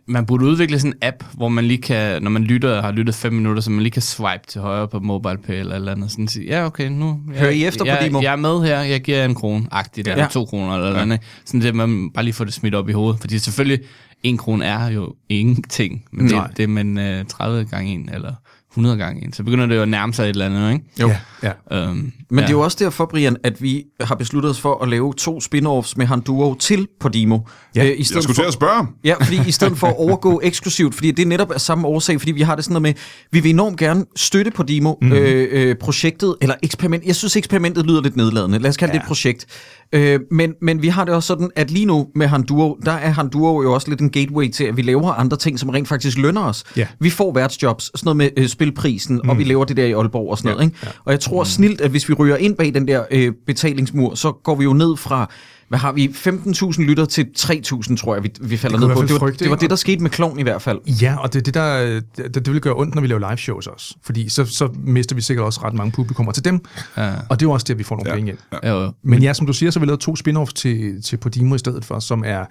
Man burde udvikle sådan en app, hvor man lige kan, når man lytter har lyttet 5 minutter, så man lige kan swipe til højre på MobilePay eller et eller andet, sådan sige, ja okay, nu... Jeg,
Hør I efter på
jeg,
Dimo?
Jeg er med her, jeg giver jer en krone, agtigt, eller
Ja.
to kroner eller ja. andet. Sådan det, man bare lige får det smidt op i hovedet, fordi selvfølgelig, en krone er jo ingenting, men det,
Nej.
det er man øh, 30 gange en, eller 100 gange en, så begynder det jo at nærme sig et eller andet, ikke?
Jo.
Ja. ja.
Øhm,
Men ja. det er jo også derfor, Brian, at vi har besluttet os for at lave to spin-offs med Handuo til Podimo. Øh,
Ja.
i
Jeg
stedet
skulle til at spørge.
Ja, fordi i stedet for at overgå eksklusivt, fordi det er netop af samme årsag, fordi vi har det sådan noget med, vi vil enormt gerne støtte på Demo mm. øh, øh, projektet, eller eksperiment. Jeg synes, eksperimentet lyder lidt nedladende. Lad os kalde ja. det et projekt. Øh, men, men vi har det også sådan, at lige nu med Handuo, der er Handuo jo også lidt en gateway til, at vi laver andre ting, som rent faktisk lønner os.
Ja.
Vi får værtsjobs, sådan noget med øh, spilprisen, mm. og vi laver det der i Aalborg og sådan
Ja,
ja. noget. Ikke? Ja. Mhm. Og jeg tror snilt, at hvis vi ryger ind bag den der øh, betalingsmur, så går vi jo ned fra hvad har vi, 15.000 lytter til 3.000, tror jeg, vi, vi falder
Det kunne
ned
i hvert
på.
fald
Det var,
frygte,
det var
ikke?
det, der skete med kloven i hvert fald.
Ja, og det, er det, der, øh, det, det vil gøre ondt, når vi laver live shows også. Fordi så, så mister vi sikkert også ret mange publikummer til dem. Ja. Og det er jo også det, at vi får nogle ja. penge ind. Ja.
jo, jo.
Men ja, som du siger, så har vi lavet to spin-offs til, til Podimo i stedet for, som er...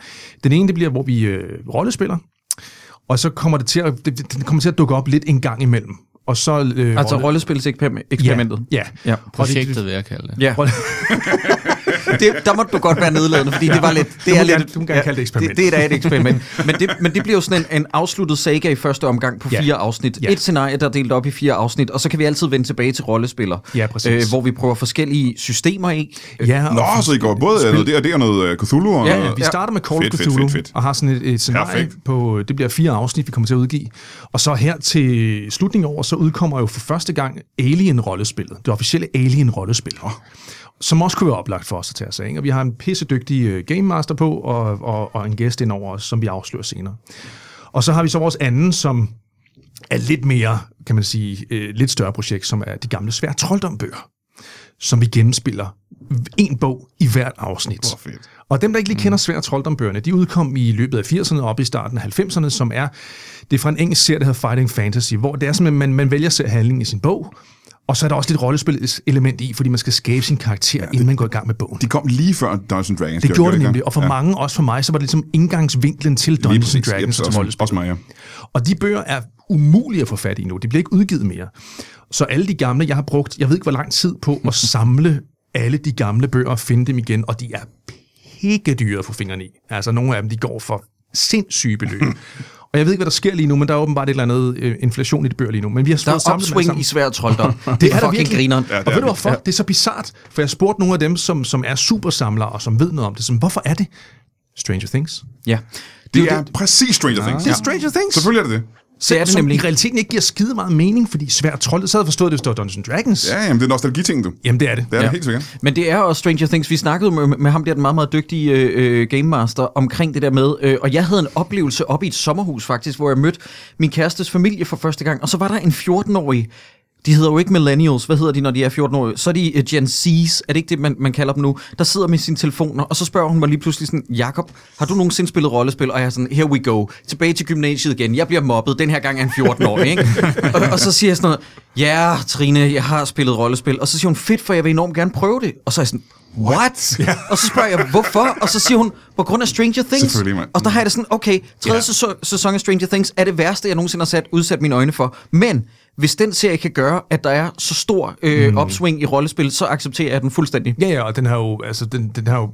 Den ene, det bliver, hvor vi øh, rollespiller, og så kommer det til at, det, det- den kommer til at dukke op lidt en gang imellem. Og så... Øh,
Altså
rolle-
rollespilseksperimentet.
Ja, ja.
Ja.
Og det-
Projektet, vil jeg kalde det.
Ja.
Rolle-
det, der måtte du godt være nedladende, fordi det var lidt... Det
Du må
er lidt,
gerne- du må gerne kalde det eksperiment.
Det, det er da et eksperiment. Men det, men det bliver jo sådan en, en afsluttet saga i første omgang på
Ja.
ja. fire afsnit.
Ja.
Ja. Et scenarie, der er delt op i fire afsnit, og så kan vi altid vende tilbage til rollespiller. øh,
Ja, præcis. Øh,
hvor vi prøver forskellige systemer i.
Ja, og
Nå, så I går både spil. noget der, der er noget øh, Cthulhu og
Ja,
noget...
Vi starter med Call of
Fedt, fedt,
Cthulhu,
fedt, fedt.
og har sådan et, et scenarie
Perfekt.
på, det bliver fire afsnit, vi kommer til at udgive. Og så her til slutningen af året, så udkommer jo for første gang Alien-rollespillet, det officielle Alien-rollespil. Oh. Som også kunne være oplagt for os at tage os af. Ikke? Og vi har en pissedygtig øh, game master på, og, og, og en gæst ind over os, som vi afslører senere. Og så har vi så vores anden, som er lidt mere, kan man sige, øh, lidt større projekt, som er de gamle svære trolddombøger, som vi gennemspiller en bog i hvert afsnit.
Hvor fedt.
Og dem, der ikke lige kender svært trolddombøgerne, de udkom i løbet af 80'erne og op i starten af 90'erne, som er, det er fra en engelsk serie, der hedder Fighting Fantasy, hvor det er sådan, at man, man vælger selv handling i sin bog, og så er der også lidt rollespil-element i, fordi man skal skabe sin karakter, ja, det, inden man går i gang med bogen.
De kom lige før Dungeons and Dragons.
Det gjorde det
ikke
nemlig, og for ja. mange, også for mig, så var det ligesom indgangsvinklen til
Lige
Dungeons and
præcis.
Dragons
Jeps,
og til
også,
rollespil.
også mig, ja.
Og de bøger er umulige at få fat i nu. De bliver ikke udgivet mere. Så alle de gamle, jeg har brugt, jeg ved ikke hvor lang tid på at samle alle de gamle bøger og finde dem igen, og de er pikke dyre at få fingrene i. Altså nogle af dem, de går for sindssyge beløb. Og jeg ved ikke, hvad der sker lige nu, men der er åbenbart et eller andet øh, inflation i de bøger lige nu. Men vi har
Der
fået
er
samlet dem alle
opsving
sammen.
i svær trolddom. det,
Det er der
fucking
virkelig.
grineren.
Ja,
Ja,
det
og
er
ved du
det.
hvorfor? Ja. Det er så bizart, for jeg spurgte nogle af dem, som, som er supersamlere og som ved noget om det, som, hvorfor er det Stranger Things?
Ja.
Det
Det, det,
er præcis Stranger Things.
Det er Stranger Things!
Selvfølgelig er det det.
Selv,
er det
som
nemlig.
i realiteten ikke giver skide meget mening, fordi svært troldet, så havde jeg forstået, at det står Dungeons and Dragons.
Ja, jamen, det er nostalgi-ting, du.
Jamen, det er det.
Det er det
ja.
helt sikkert.
Men det er også Stranger Things. Vi snakkede med, med ham der, den meget, meget dygtige øh, øh, game master, omkring det der med. Øh, og jeg havde en oplevelse oppe i et sommerhus faktisk, hvor jeg mødte min kærestes familie for første gang. Og så var der en 14-årig, de hedder jo ikke millennials, hvad hedder de, når de er 14 år? Så er de øh, Gen Z's, er det ikke det, man, man kalder dem nu? Der sidder med sine telefoner, og så spørger hun mig lige pludselig sådan, Jakob, har du nogensinde spillet rollespil? Og jeg er sådan, here we go, tilbage til gymnasiet igen, jeg bliver mobbet, den her gang er han 14 år, ikke? og, og, så siger jeg sådan noget, ja, Trine, jeg har spillet rollespil. Og så siger hun, fedt, for jeg vil enormt gerne prøve det. Og så er jeg sådan, what? Yeah. Og så spørger jeg, hvorfor? Og så siger hun, på grund af Stranger Things.
Selvfølgelig, mand.
Og der har jeg det sådan, okay, tredje
Ja.
yeah. sæson, sæson af Stranger Things er det værste, jeg nogensinde har sat, udsat mine øjne for. Men hvis den serie kan gøre, at der er så stor øh, mm. opsving i rollespil, så accepterer jeg den fuldstændig.
Ja, ja, og den har jo, altså, den, den har jo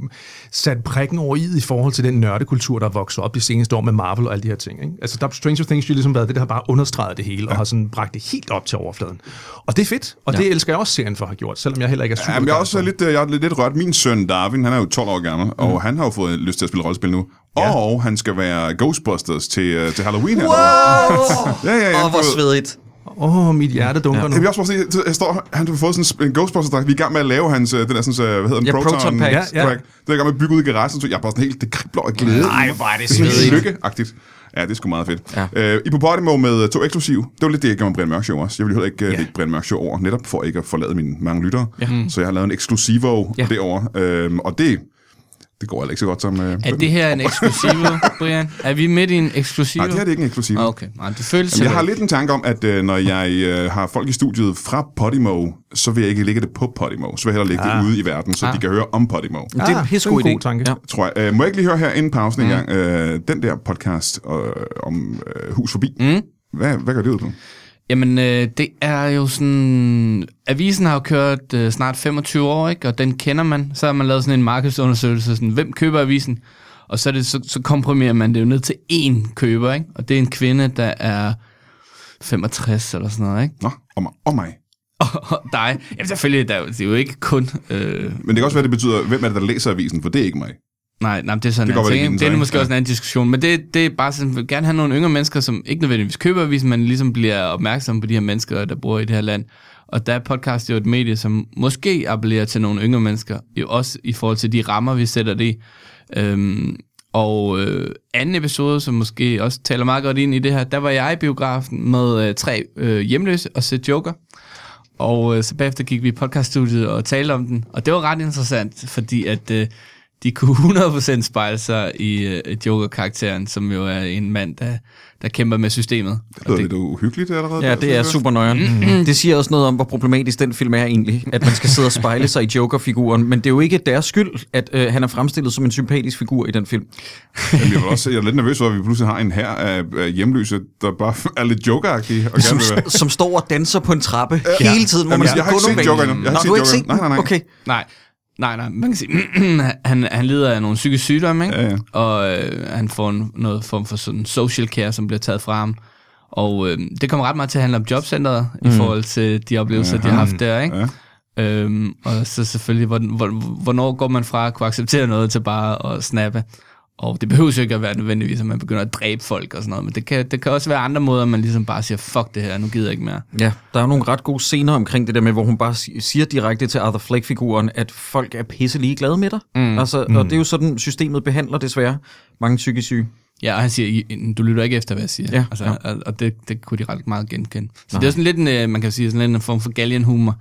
sat prikken over i i forhold til den nørdekultur, der er vokset op de seneste år med Marvel og alle de her ting. Ikke? Altså, der har Stranger Things jo ligesom været det, der har bare understreget det hele, ja. og har sådan bragt det helt op til overfladen. Og det er fedt, og ja. det elsker jeg også serien for at have gjort, selvom jeg heller ikke er altså. super
Jamen, jeg er også
begejstret.
lidt, øh, jeg er lidt lidt rørt. Min søn Darwin, han er jo 12 år gammel, mm. og han har jo fået lyst til at spille rollespil nu. Ja. Og han skal være Ghostbusters til, øh, til Halloween. Wow!
Åh,
Ja, ja, ja.
oh, hvor svedigt.
Åh, oh, mit hjerte dunker ja. nu.
Jeg vil også bare sige, jeg står, han har fået sådan en Ghostbusters dragt. Vi er i gang med at lave hans, øh, den der sådan, øh, hvad hedder den,
Ja, Proton Pack.
Ja,
Ja,
ja.
ja.
Pack. Det er i gang med at bygge ud i garagen, så jeg er bare sådan helt, det kribler af glæde. Nej, hvor er det
svedigt.
Lykkeagtigt. Ja, det er sgu meget fedt. Ja.
Ja.
Øh, I på Podimo med øh, to eksklusive. Det var lidt det, jeg gjorde med Brian Mørk Show også. Jeg ville heller ikke ja.
Ja.
lægge Brian Mørk Show over, netop for ikke at forlade mine mange lyttere. Ja. Så jeg har lavet en eksklusivo ja.
Ja.
derovre. Øhm, og det, det går heller ikke så godt som... Øh, den.
Er det her en eksklusiv, Brian? Er vi midt i en eksklusiv?
Nej, det her er det ikke en eksklusiv.
Ah, Okay, Nej, det føles
Jamen, jeg har
sådan.
lidt en tanke om, at øh, når jeg øh, har folk i studiet fra Podimo, så vil jeg ikke lægge det på Podimo. Så vil jeg hellere lægge ah. det ude i verden, så ah. de kan høre om Podimo.
Det er
Ah,
en pissegod
det er en
idé.
god tanke.
Ja.
Tror jeg. Øh, må jeg ikke lige høre her inden pausen mm. engang, øh, den der podcast øh, om øh, hus forbi. Mm. Hvad, hvad gør det ud på?
Jamen, øh, det er jo sådan... Avisen har jo kørt øh, snart 25 år, ikke? Og den kender man. Så har man lavet sådan en markedsundersøgelse, sådan, hvem køber avisen? Og så, er det, så, så komprimerer man det jo ned til én køber, ikke? Og det er en kvinde, der er 65 eller sådan noget, ikke?
Nå, om, om mig.
Og dig. Jamen selvfølgelig, der, er jo- det er jo ikke kun... Øh,
Men det kan også være, det betyder, hvem er det, der læser avisen, for det er ikke mig.
nej, nej, det er sådan
Det
det
går vel
en anden ting.
ikke
ikke?
ind,
Det
så,
er
ikke?
måske også en anden diskussion. Men det, det er bare sådan, jeg vil gerne have nogle yngre mennesker, som ikke nødvendigvis køber avisen, men ligesom bliver opmærksomme på de her mennesker, der bor i det her land. Og der er podcast jo et medie, som måske appellerer til nogle yngre mennesker, jo også i forhold til de rammer, vi sætter det i. Øhm, og øh, anden episode, som måske også taler meget godt ind i det her, der var jeg i biografen med øh, tre øh, hjemløse og se Joker. Og øh, så bagefter gik vi i podcaststudiet og talte om den. Og det var ret interessant, fordi at øh, de kunne 100% spejle sig i øh, Joker-karakteren, som jo er en mand, der, der kæmper med systemet.
Det
Og
lyder lidt uhyggeligt allerede.
Ja, det er super Mm-hmm. nøjeren. Det siger også noget om, hvor problematisk den film er egentlig, at man skal sidde og spejle sig i Joker-figuren, men det er jo ikke deres skyld, at øh, han er fremstillet som en sympatisk figur i den film.
Jamen, jeg, vil også, jeg er lidt nervøs over, at vi pludselig har en her af, af hjemløse, der bare er lidt jokeragtige og gerne vil være...
Som står og danser på en trappe ja. hele tiden, hvor
Jamen,
man
jeg har ikke set Joker endnu. Jeg har
Nå,
ikke set
du har
Joker. Nej, nej,
ikke set den?
nej.
Okay.
Nej, Nej, nej, man kan sige, han, han lider af nogle psykiske sygdomme, ikke?
Ja, ja.
og øh, han får en, noget form for sådan social care, som bliver taget fra ham. Og øh, det kommer ret meget til at handle om jobcenteret, mm. i forhold til de oplevelser, de har haft der. Ikke?
Ja.
Øhm, og så selvfølgelig, hvor, hvor, hvornår går man fra at kunne acceptere noget til bare at snappe? Og det behøver jo ikke at være nødvendigvis, at man begynder at dræbe folk og sådan noget, men det kan, det kan også være andre måder, man ligesom bare siger, fuck det her, nu gider jeg ikke mere.
Ja, der er jo nogle ret gode scener omkring det der med, hvor hun bare si- siger direkte til Arthur Fleck-figuren, at folk er pisse lige glade med dig. Mm. Altså, og det er jo sådan, systemet behandler desværre mange psykisk syge.
Ja, og han siger, "I- du lytter ikke efter, hvad jeg siger.
Ja,
altså,
ja.
Og, og det, det kunne de ret meget genkende. Så det er sådan lidt en, øh, man kan sige, sådan lidt en form for galgenhumor.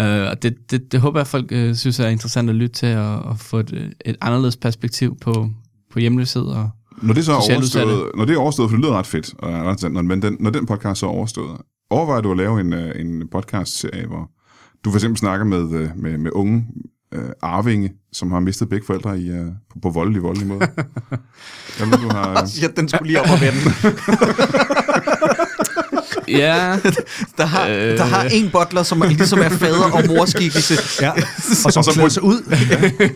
Øh, og det, det, det håber jeg, folk øh, synes er interessant at lytte til, og, og få et, øh, et anderledes perspektiv på, på hjemløshed. Og,
Når det så er
Socialt udsatte.
overstået, når det er overstået, for det lyder ret fedt, og er ret interessant, men den, når den podcast så er overstået, overvejer du at lave en, øh, en podcast-serie, hvor du for eksempel snakker med, øh, med, med unge øh, arvinge, som har mistet begge forældre i, øh, på, på voldelig, voldelig måde. Jamen, du har, øh,
Ja, den skulle lige op og vende.
ja,
Der har, øh. der har en butler, som er- ligesom er fader og morskikkelse.
Ja. Og så,
så
klæder sig ud.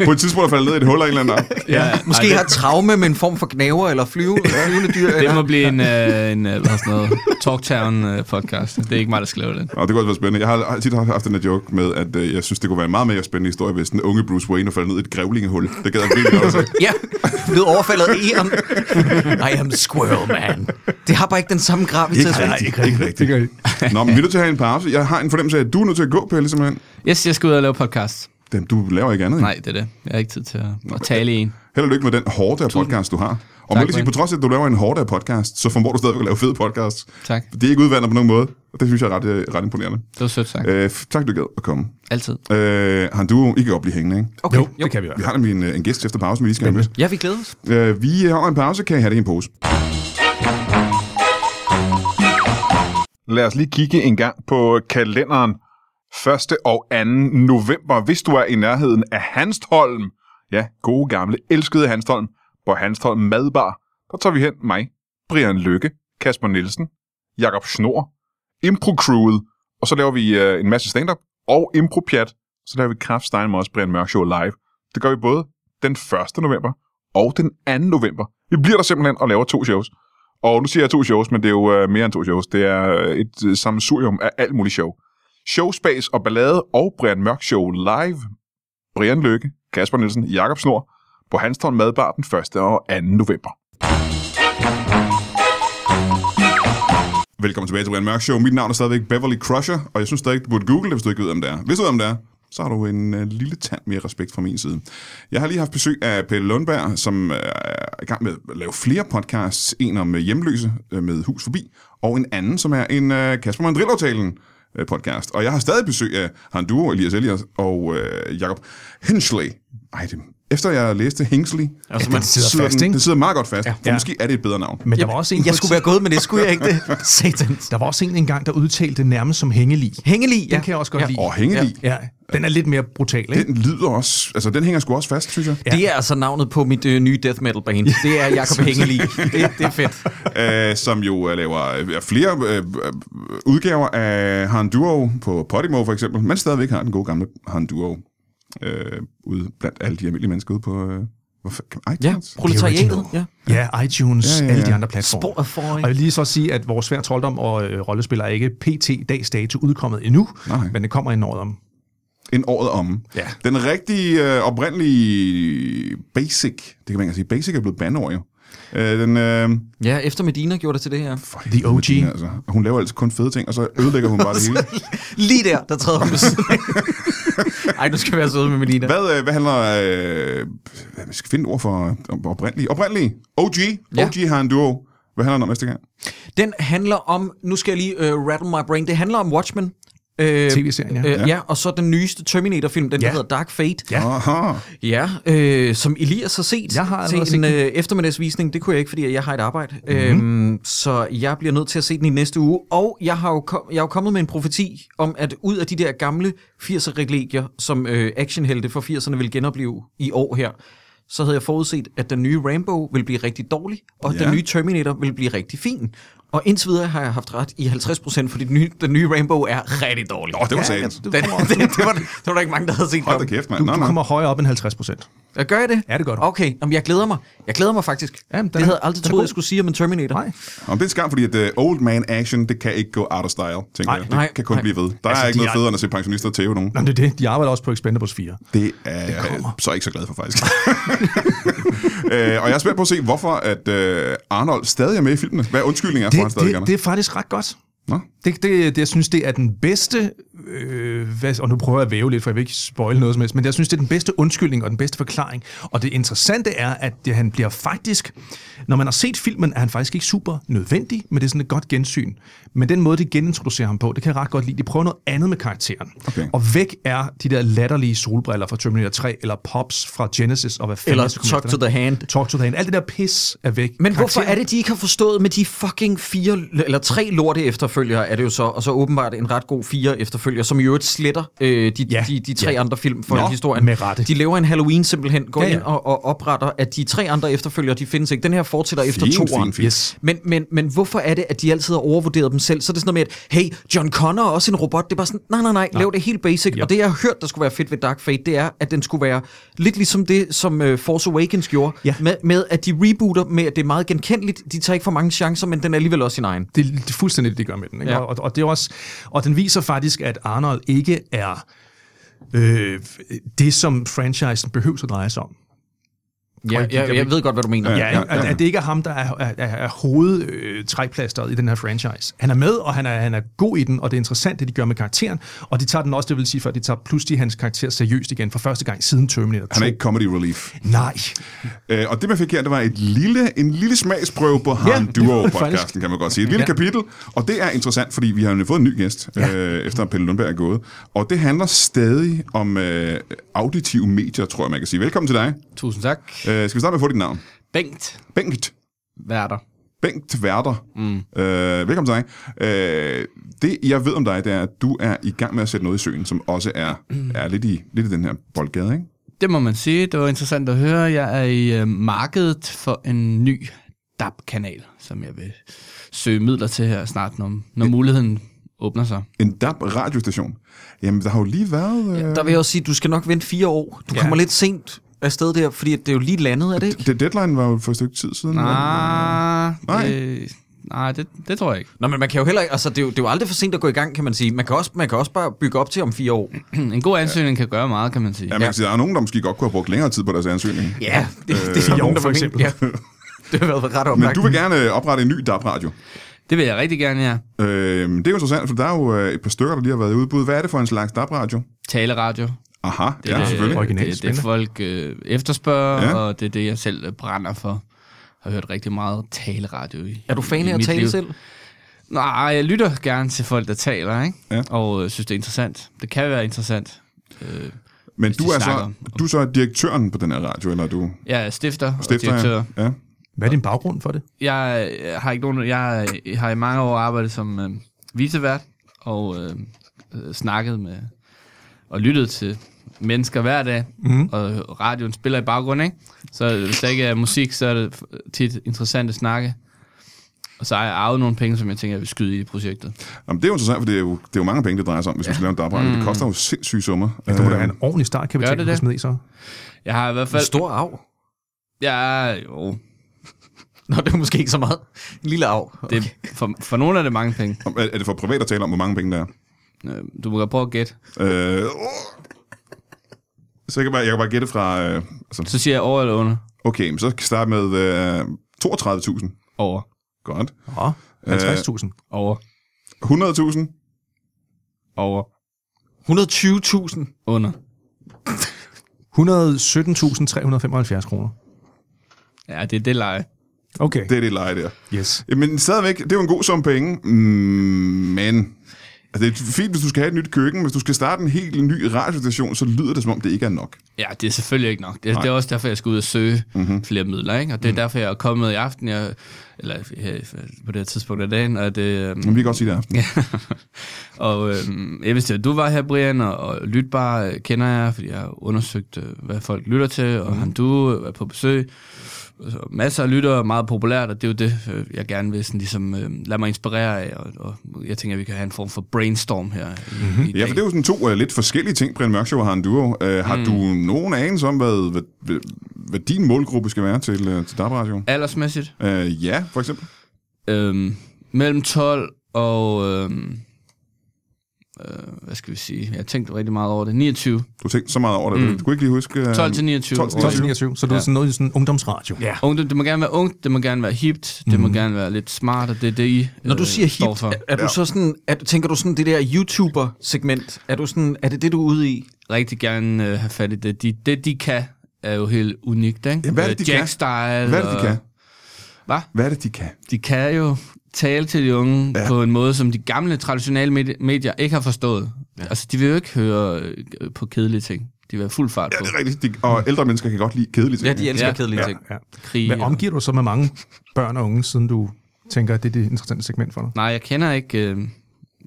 på et tidspunkt er faldet ned i et hul af en eller anden art.
ja,
Måske
ej,
har traume med en form for knaver eller flyve, flyvende dyr.
Det
Eller,
må blive en, øh, en øh, hvad er sådan noget, Talktown øh, podcast. Det er ikke mig, der skal lave den.
Og det kunne også være spændende. Jeg har- har tit haft den her joke med, at øh, jeg synes, det kunne være en meget mere spændende historie, hvis den unge Bruce Wayne er faldet ned i et grævlingehul. Det gad jeg virkelig også.
ja, blev overfaldet i ham. I am squirrel man. Det har bare ikke den samme gravitas.
ikke rigtigt. Ikke rigtigt. Nå, men vi er nødt til at have en pause. Jeg har en fornemmelse af, at du er nødt til at gå, Pelle, simpelthen.
Yes, jeg skal ud og lave podcast.
Dem, du laver ikke andet.
Nej, det er det. Jeg har ikke tid til at, at tale i en.
Held og lykke med den hårde af podcast, du har. Og må jeg lige sige,
Brian.
på trods af, at du laver en hårde af podcast, så formår du stadigvæk at lave fede podcasts.
Tak.
Det er ikke udvandet på nogen måde, og det synes jeg er ret, øh, ret imponerende.
Det var sødt sagt.
Øh, f- tak, du gad at komme.
Altid.
Øh, han, du, I kan godt blive hængende, ikke?
Okay,
Jo, det kan vi
Vi
være.
har nemlig en, øh, en gæst efter pausen, vi lige skal have med.
Ja, vi glæder os.
Øh, vi holder en pause, kan I have det i en pose.
Lad os lige kigge en gang på kalenderen 1. og 2. november, hvis du er i nærheden af Hanstholm. Ja, gode gamle, elskede Hanstholm. På Hanstholm Madbar, der tager vi hen mig, Brian Lykke, Kasper Nielsen, Jakob Snor, impro crewet og så laver vi øh, en masse stand-up og impro-pjat. Så laver vi Kraftstein med også Brian Mørk Show live. Det gør vi både den 1. november og den 2. november. Vi bliver der simpelthen og laver to shows. Og nu siger jeg to shows, men det er jo øh, mere end to shows. Det er øh, et øh, sammensurium af alt muligt show. Showspace og Ballade og Brian Mørk Show live. Brian Lykke, Kasper Nielsen, Jakob Snor på Hanstholm Madbar den 1. og 2. november.
Velkommen tilbage til Brian Mørk Show. Mit navn er stadigvæk Beverly Crusher, og jeg synes stadig, du burde google det, hvis du ikke ved, om det er. Hvis du ved, om det er, så har du en øh, lille tand mere respekt fra min side. Jeg har lige haft besøg af Pelle Lundberg, som øh, er i gang med at lave flere podcasts. En om øh, hjemløse øh, med Hus Forbi, og en anden, som er en øh, Kasper Mandrill-aftalen øh, podcast. Og jeg har stadig besøg af Han Duo, Elias Elias og øh, Jacob Hensley. Ej, det, efter jeg læste Hensley,
Altså, man sidder
sidder
fast,
den,
ikke?
det sidder meget godt fast, ja. for
Ja.
måske er det et bedre navn.
Men der var også en,
Jeg skulle være gået med det, skulle jeg ikke det? Satans.
der var også en engang, der udtalte det nærmest som hængelig.
Hængelig, ja.
Den kan jeg også godt
Ja.
lide.
Og hængelig. Ja.
Ja, den er lidt mere brutal, ikke?
Den lyder også, altså den hænger sgu også fast, synes jeg.
Ja.
Det er altså navnet på mit øh, nye death metal band. Det er Jakob Hengeli. Det, det er fedt.
Æ, som jo øh, laver øh, flere øh, øh, udgaver af Han Duo på Podimo for eksempel, men stadigvæk har den gode gamle Han Duo øh, ude blandt alle de almindelige mennesker ude på øh, hvor fa- kan-
Ja,
iTunes.
proletariatet. Ja.
Ja, iTunes, ja, ja, ja. alle de andre
Spor
platforme.
af forring.
Og jeg vil lige så sige, at vores svær trolddom og øh, rollespil er ikke pt. dags dato udkommet endnu,
Nej.
Nej. men det kommer en år om.
En året om.
Ja.
Den rigtige øh, oprindelige Basic, det kan man ikke sige, Basic er blevet bandeord jo. Øh, den, øh,
Ja, efter Medina gjorde det til det her.
for helvede,
OG.
Medina, altså. Hun laver altså kun fede ting, og så ødelægger hun bare det hele.
Lige der, der træder hun ved siden af. Ej, du skal være sød med Medina.
Hvad, øh, hvad handler... Øh, hvad, vi skal finde et ord for øh, oprindelige. Oprindelige. OG.
Ja.
OG har en duo. Hvad handler den om næste gang?
Den handler om, nu skal jeg lige uh, rattle my brain, det handler om Watchmen. Øh,
TV-serien, ja.
Øh,
Ja.
ja. ja, og så den nyeste Terminator-film, den ja.
Ja.
der hedder Dark Fate.
Ja.
Aha.
Ja, øh, som Elias har set
Jeg har allerede
til en
set
øh, eftermiddagsvisning. Det kunne jeg ikke, fordi jeg har et arbejde. Mm-hmm. Øhm, så jeg bliver nødt til at se den i næste uge. Og jeg har jo, kom, jeg er jo kommet med en profeti om, at ud af de der gamle 80'er reglier, som øh, actionhelte for 80'erne vil genopleve i år her, så havde jeg forudset, at den nye Rambo vil blive rigtig dårlig, og
Ja.
ja. den nye Terminator vil blive rigtig fin. Og indtil videre har jeg haft ret i 50%, fordi den nye, den nye Rainbow er rigtig dårlig.
Åh, det var satans.
du,
Den, det, det, var, det var der ikke mange, der havde set
Hold da
komme.
kæft, mand.
du,
Nå,
du
nå.
kommer højere op end 50 procent.
Jeg gør jeg det?
Ja, det gør du.
Okay, Jamen, jeg glæder mig. Jeg glæder mig faktisk.
Jamen, den
det
er-
havde jeg aldrig
den er
troet,
god.
jeg skulle sige om en Terminator.
Nej.
Om det er en skam, fordi at uh, old man action, det kan ikke gå out of style, tænker
Nej,
jeg. Det
nej,
kan kun
nej.
blive ved. Der altså, er
Altså,
ikke
de
noget
er-
federe, end at se pensionister tæve nogen.
Nå, men det er det. De arbejder også på Expendables 4.
Det er jeg øh,
kommer.
så ikke så glad for, faktisk. øh, og jeg er spændt på at se, hvorfor at øh, Arnold stadig er med i filmene. Hvad undskyldningen er for, at han
Det,
stadig gerne
det,
er.
det er faktisk ret godt.
Nå?
Det, det, det, jeg synes, det er den bedste, øh, hvad, og nu prøver jeg at væve lidt, for jeg vil ikke spoil noget som helst, men jeg synes, det er den bedste undskyldning og den bedste forklaring. Og det interessante er, at det, han bliver faktisk, når man har set filmen, er han faktisk ikke super nødvendig, men det er sådan et godt gensyn. Men den måde, de genintroducerer ham på, det kan jeg ret godt lide. De prøver noget andet med karakteren.
Okay.
Og væk er de der latterlige solbriller fra Terminator 3, eller Pops fra Genesis, og hvad fanden
Eller
er det, der kom
Talk
efter
to
den?
the Hand.
Talk to the Hand. Alt det der pis er væk.
Men hvorfor
Karakteren-
er det, de ikke har forstået med de fucking fire, eller tre lorte efterfølgere, er det jo så, og så åbenbart en ret god fire efterfølger, som i øvrigt sletter øh, de, ja.
Ja.
de, de tre
Ja.
andre film for
Nå,
historien.
med rette.
De laver en Halloween simpelthen, går
Ja,
ja,
ja.
ja. ind og, og opretter, at de tre andre efterfølgere, de findes ikke. Den her fortsætter efter
Fint,
toeren.
fint, fint.
Yes.
Men, men, men hvorfor er det, at de altid har overvurderet dem selv? Så er det sådan noget med, at hey, John Connor er også en robot. Det er bare sådan, nej, nej, nej, lav det helt basic. Yep. Og det, jeg har hørt, der skulle være fedt ved Dark Fate, det er, at den skulle være lidt ligesom det, som uh, Force Awakens gjorde,
Ja.
med, med at de rebooter med, at det er meget genkendeligt. De tager ikke for mange chancer, men den er alligevel også sin egen.
det, det er fuldstændig det, de gør med den. Ikke?
Ja.
Ja. Og, og, det er også, og den viser faktisk, at Arnold ikke er øh, det, som franchisen behøver at dreje sig om.
Ja,
jeg-
jeg, jeg ved godt, hvad du mener.
Ja, ja, At, at det ikke er ham, der er, er, er, er hovedtrækplasteret i den her franchise. Han er med, og han er, han er god i den, og det er interessant, det de gør med karakteren. Og de tager den også, det vil sige, for de tager pludselig hans karakter seriøst igen for første gang siden Terminator 2.
Han er ikke comedy relief.
Nej.
Øh, og det, man fik her, det var et lille, en lille smagsprøve på Han
det var det
Duo-podcasten,
faktisk.
kan man godt sige. Et lille ja.
Ja.
kapitel, og det er interessant, fordi vi har jo fået en ny gæst, ja.
Ja.
øh, efter at Pelle Lundberg er gået. Og det handler stadig om øh, auditive medier, tror jeg, man kan sige. Velkommen til dig.
Tusind tak.
Øh, skal vi starte med at få dit navn?
Bengt
Bengt.
Værter.
Bengt Werther. Mm. Øh, velkommen til dig. Øh, det, jeg ved om dig, det er, at du er i gang med at sætte noget i søen, som også er, er lidt, i, lidt i den her boldgade, ikke?
Det må man sige. Det var interessant at høre. Jeg er i øh, markedet for en ny DAB-kanal, som jeg vil søge midler til her snart, når, når muligheden åbner sig.
En DAB-radiostation. Jamen, der har jo lige været... Øh,
Der vil jeg også sige, du skal nok vente fire år. Du kommer lidt sent afsted der, fordi det er jo lige landet, er det ikke?
det deadline var jo for et stykke tid siden.
Ah.
Ah,
Nej,
Nej.
det, nej det, det tror jeg ikke.
Nå, men man kan jo heller ikke, altså det er jo, det er jo aldrig for sent at gå i gang, kan man sige. Man kan også, man kan også bare bygge op til om fire år.
En god ansøgning kan gøre meget, kan man sige.
Ja, man kan sige, der er nogen, der måske godt kunne have brugt længere tid på deres ansøgning.
Ja, det, øh, det er
jo,
nogen, der
for
for
eksempel.
eksempel. Ja. Det har været ret
Men
oplagt.
du vil gerne øh, oprette en ny DAB-radio.
Det vil jeg rigtig gerne, ja.
Øh, det er jo interessant, for der er jo øh, et par stykker, der lige har været i udbud. Hvad er det for en slags DAB-radio?
Taleradio. Det
Aha, det ja,
det, øh,
selvfølgelig.
Originalt,
det, det
spændende.
folk øh, efterspørger,
Ja.
ja. og det er det, jeg selv øh, brænder for. Jeg har hørt rigtig meget taleradio i
Er du fan
i
af at
mit
tale
liv.
selv?
Nej, jeg lytter gerne til folk, der taler, ikke?
Ja.
Og øh, synes, det er interessant. Det kan være interessant. Øh,
Men du
de
er,
snakker
så,
om-
du er så direktøren på den her radio, eller er du
jeg er stifter, stifter
stifter?
og direktør.
ja. Ja.
Hvad er din baggrund for det?
Jeg, øh, har ikke nogen, jeg øh, har i mange år arbejdet som øh, visevært og øh, øh, snakket med og lyttet til mennesker hver dag, mm. og radioen spiller i baggrunden, ikke? Så øh, hvis der ikke er musik, så er det f- tit interessant at snakke. Og så har jeg arvet nogle penge, som jeg tænker, jeg vil skyde i projektet.
Jamen, det er jo interessant, for det er jo, det er jo mange penge, det drejer sig om, hvis man skal lave en DAB-radio. Det koster jo sindssyge summer.
Du må da
Øh,
have en ordentlig startkapital,
Gør det
du kan
det?
smide i så.
Jeg har i hvert fald...
Stor arv.
Ja, jo.
Nå, det er måske ikke så meget. En lille arv.
Det, er- for, for nogle er det mange penge.
er, er det for privat at tale om, hvor mange penge der er?
Øh, Du må godt prøve at gætte.
Øh, åh. så jeg kan bare, jeg kan bare gætte fra... Øh, altså,
Så siger jeg over eller under?
okay, men så kan jeg starte med øh, 32.000.
Over.
Godt.
Nå, 50.000.
Over.
100.000.
Over.
120.000.
Under.
117.375 kroner.
Ja, det er det leje.
Okay.
Det er det leje der.
Yes.
Men stadigvæk, det er jo en god sum penge, mm, men altså, det er fint, hvis du skal have et nyt køkken. Hvis du skal starte en helt ny radiostation, så lyder det, som om det ikke er nok.
Ja, det er selvfølgelig ikke nok. Det, det er også derfor, jeg skal ud og søge mm-hmm. flere midler, ikke? Og det er derfor, jeg er kommet i aften, jeg, eller her, på det her tidspunkt af dagen, og det... øhm,
Men vi kan godt sige det aften.
Ja. og øhm, jeg vidste, at du var her, Brian, og, og Lytbar
Mhm.
øh, kender jeg, fordi jeg har undersøgt, øh, hvad folk lytter til, og mm. han du øh, er på besøg. altså, masser af lyttere, meget populært, og det er jo det, øh, jeg gerne vil sådan, ligesom, øh, lade mig inspirere af, og, og jeg tænker, at vi kan have en form for brainstorm her i, mm-hmm. i dag.
Mhm. Ja, for det er jo sådan to uh, lidt forskellige ting, Brian Mørk Show har en duo. Uh, har mm. du nogen anelse om, hvad, hvad, hvad, hvad din målgruppe skal være til, uh, til DAB Radio?
Aldersmæssigt,
Uh, ja, for eksempel.
øh, mellem 12 og, øh, øh, hvad skal vi sige, jeg har tænkt rigtig meget over det, 29,
Du tænkte så meget over det. Mm. Du kunne ikke lige huske... Uh,
12 til 29.
12 til
12 29, så det er sådan noget i sådan en ungdomsradio. Ja.
Ungdom, det må gerne være ungt, det må gerne være hipt, det må
Mhm.
gerne være lidt smart, og det er det, I
Når du
øh,
siger
står
hip,
for.
er, er du så sådan, er, du- tænker du sådan det der YouTuber-segment? Er, du sådan, er det det, du er ude i?
Rigtig gerne øh, have fat i det. De, det, de kan, er jo helt unikt, ikke?
Ja, hvad er det,
Øh,
de kan?
Jack-style.
Hvad er det, de
og-
kan?
Hvad?
Hvad er det, de kan?
De kan jo tale til de unge ja. på en måde, som de gamle traditionelle medie- medier ikke har forstået. Ja. Altså, de vil jo ikke høre øh, på kedelige ting. De vil have fuld fart
Ja,
på
det er rigtigt. De, og ældre mennesker kan godt lide kedelige ting.
Ja, de elsker
Ja.
ja. kedelige ting.
Ja.
krig.
Men
og-
omgiver du så med mange børn og unge, siden du tænker, at det er det interessante segment for dig?
Nej, jeg kender ikke øh,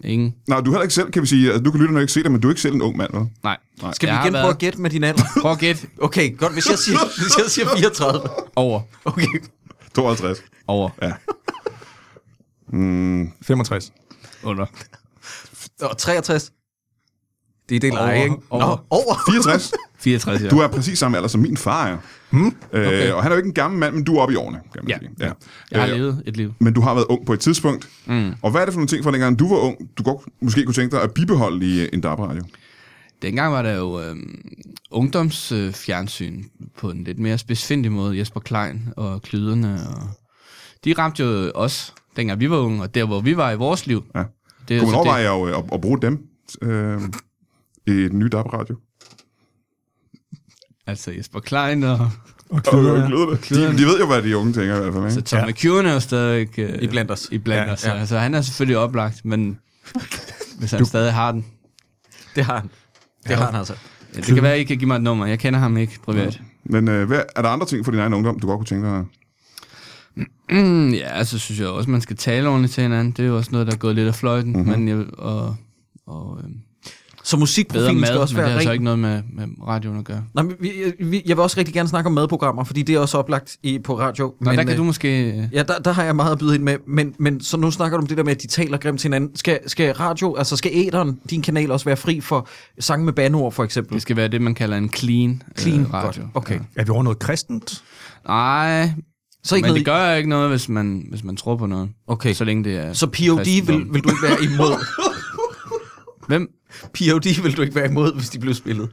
ingen.
Nej, du er heller ikke selv, kan vi sige. Altså, du kan lytte, når jeg ikke se det, men du er ikke selv en ung mand, vel?
Nej. Nej.
Skal vi igen prøve at gætte med din alder?
Prøv at gætte.
Okay, godt. Hvis jeg siger, hvis jeg siger 34.
Over.
Okay.
52.
Over.
Ja.
65.
Under.
Og 63. Det er det
Over.
leje, ikke?
Over.
Nå, over.
64.
64, ja.
Du er præcis samme alder som min far er. Hmm? Okay. Øh, og han er jo ikke en gammel mand, men du er oppe i årene, kan man
Ja.
sige. Ja.
Jeg har
Øh,
levet et liv.
Men du har været ung på et tidspunkt. Mm. Og hvad er det for nogle ting fra dengang, du var ung, du godt, måske kunne tænke dig at bibeholde i øh, en DAB-radio?
Dengang var der jo øh, ungdomsfjernsyn øh, fjernsyn på en lidt mere spidsfindig måde. Jesper Klein og Klyderne. Og de ramte jo os, dengang vi var unge, og der, hvor vi var i vores liv.
Ja.
Det, er
Kunne man
altså
overveje at, øh, at, at bruge dem øh, i den nye DAB-radio?
det, altså Jesper Klein og
Og
Og
kløder,
jeg
ja.
glæder det. De, de ved jo, hvad de unge tænker i hvert fald.
så
Ikke?
Tom ja. McEwen er jo stadigvæk øh,
I blandt os.
I blandt
Ja,
ja, os. Ja. Altså, han er selvfølgelig oplagt, men hvis han du... stadig har den.
Det har han. Det har han altså.
Ja, det kan være, I kan give mig et nummer. Jeg kender ham ikke privat.
Men øh, hvad, er der andre ting fra din egen ungdom, du godt kunne tænke dig?
Mm, ja, så synes jeg også, man skal tale ordentligt til hinanden. Det er jo også noget, der er gået lidt af fløjten. Mm-hmm. Men jeg, og, og øh,
Så
bedre
musikprofilen
mad,
skal også
men det altså
være
har
ren.
så ikke noget med, med radioen at gøre.
Nej, men vi, vi, jeg vil også rigtig gerne snakke om madprogrammer, fordi det er også oplagt i, på radio.
Nå, men, der kan
øh,
du måske... øh,
Ja, der, der har jeg meget at byde ind med, men, men så nu snakker du om det der med, at de taler grimt til hinanden. Skal, skal radio, altså skal æderen, din kanal også være fri for sange med banord for eksempel?
Det skal være det, man kalder en clean,
Clean,
øh, radio.
Godt. Okay.
Ja.
Er vi over noget kristent?
Nej,
Så ikke
men
noget
det gør ikke noget, hvis man, hvis man tror på noget.
Okay.
Så længe det er...
Så POD
kristendom.
vil, vil du ikke være imod?
Hvem?
POD vil du ikke være imod, hvis de blev spillet?